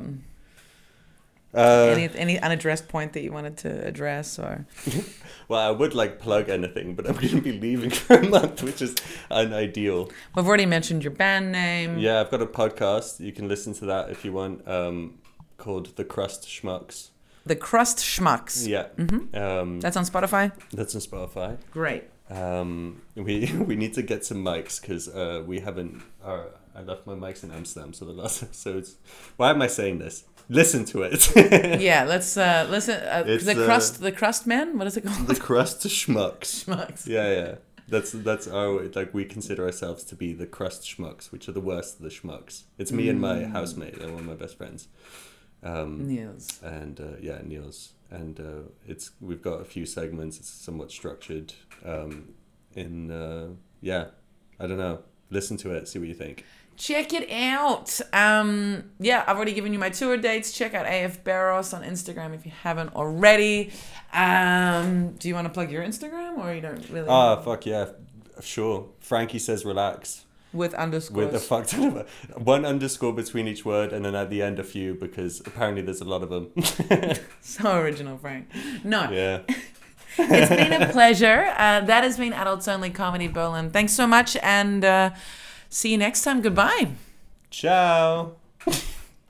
B: Uh,
A: any any unaddressed point that you wanted to address, or
B: well, I would like plug anything, but I'm going to be leaving for a month, which is unideal.
A: we've already mentioned your band name.
B: Yeah, I've got a podcast. You can listen to that if you want. Um, called the Crust Schmucks.
A: The Crust Schmucks.
B: Yeah,
A: Mm-hmm.
B: um,
A: That's on Spotify.
B: that's on Spotify.
A: Great.
B: Um, we we need to get some mics because uh, we haven't. Uh, I left my mics in Amsterdam, so the last episodes. Why am I saying this? Listen to it.
A: yeah, let's uh, listen. Uh,
B: It's,
A: the
B: uh,
A: crust, the crust man. What is it called?
B: the crust to schmucks.
A: Schmucks.
B: Yeah, yeah. That's that's our like we consider ourselves to be the crust schmucks, which are the worst of the schmucks. It's me and my housemate. They're one of my best friends. Um,
A: Yes.
B: and uh, yeah, Niels. And uh, it's we've got a few segments. It's somewhat structured. Um, in uh, yeah, I don't know. Listen to it. See what you think.
A: Check it out. Um, yeah, I've already given you my tour dates. Check out AF Barros on Instagram if you haven't already. Um, do you want to plug your Instagram or you don't really?
B: Ah, fuck yeah, sure. Frankie says relax
A: with underscores.
B: with a fuck ton of one underscore between each word, and then at the end a few because apparently there's a lot of them.
A: so original, Frank. No,
B: yeah.
A: it's been a pleasure. Uh, that has been Adults Only Comedy Berlin. Thanks so much, and uh, see you next time. Goodbye.
B: Ciao.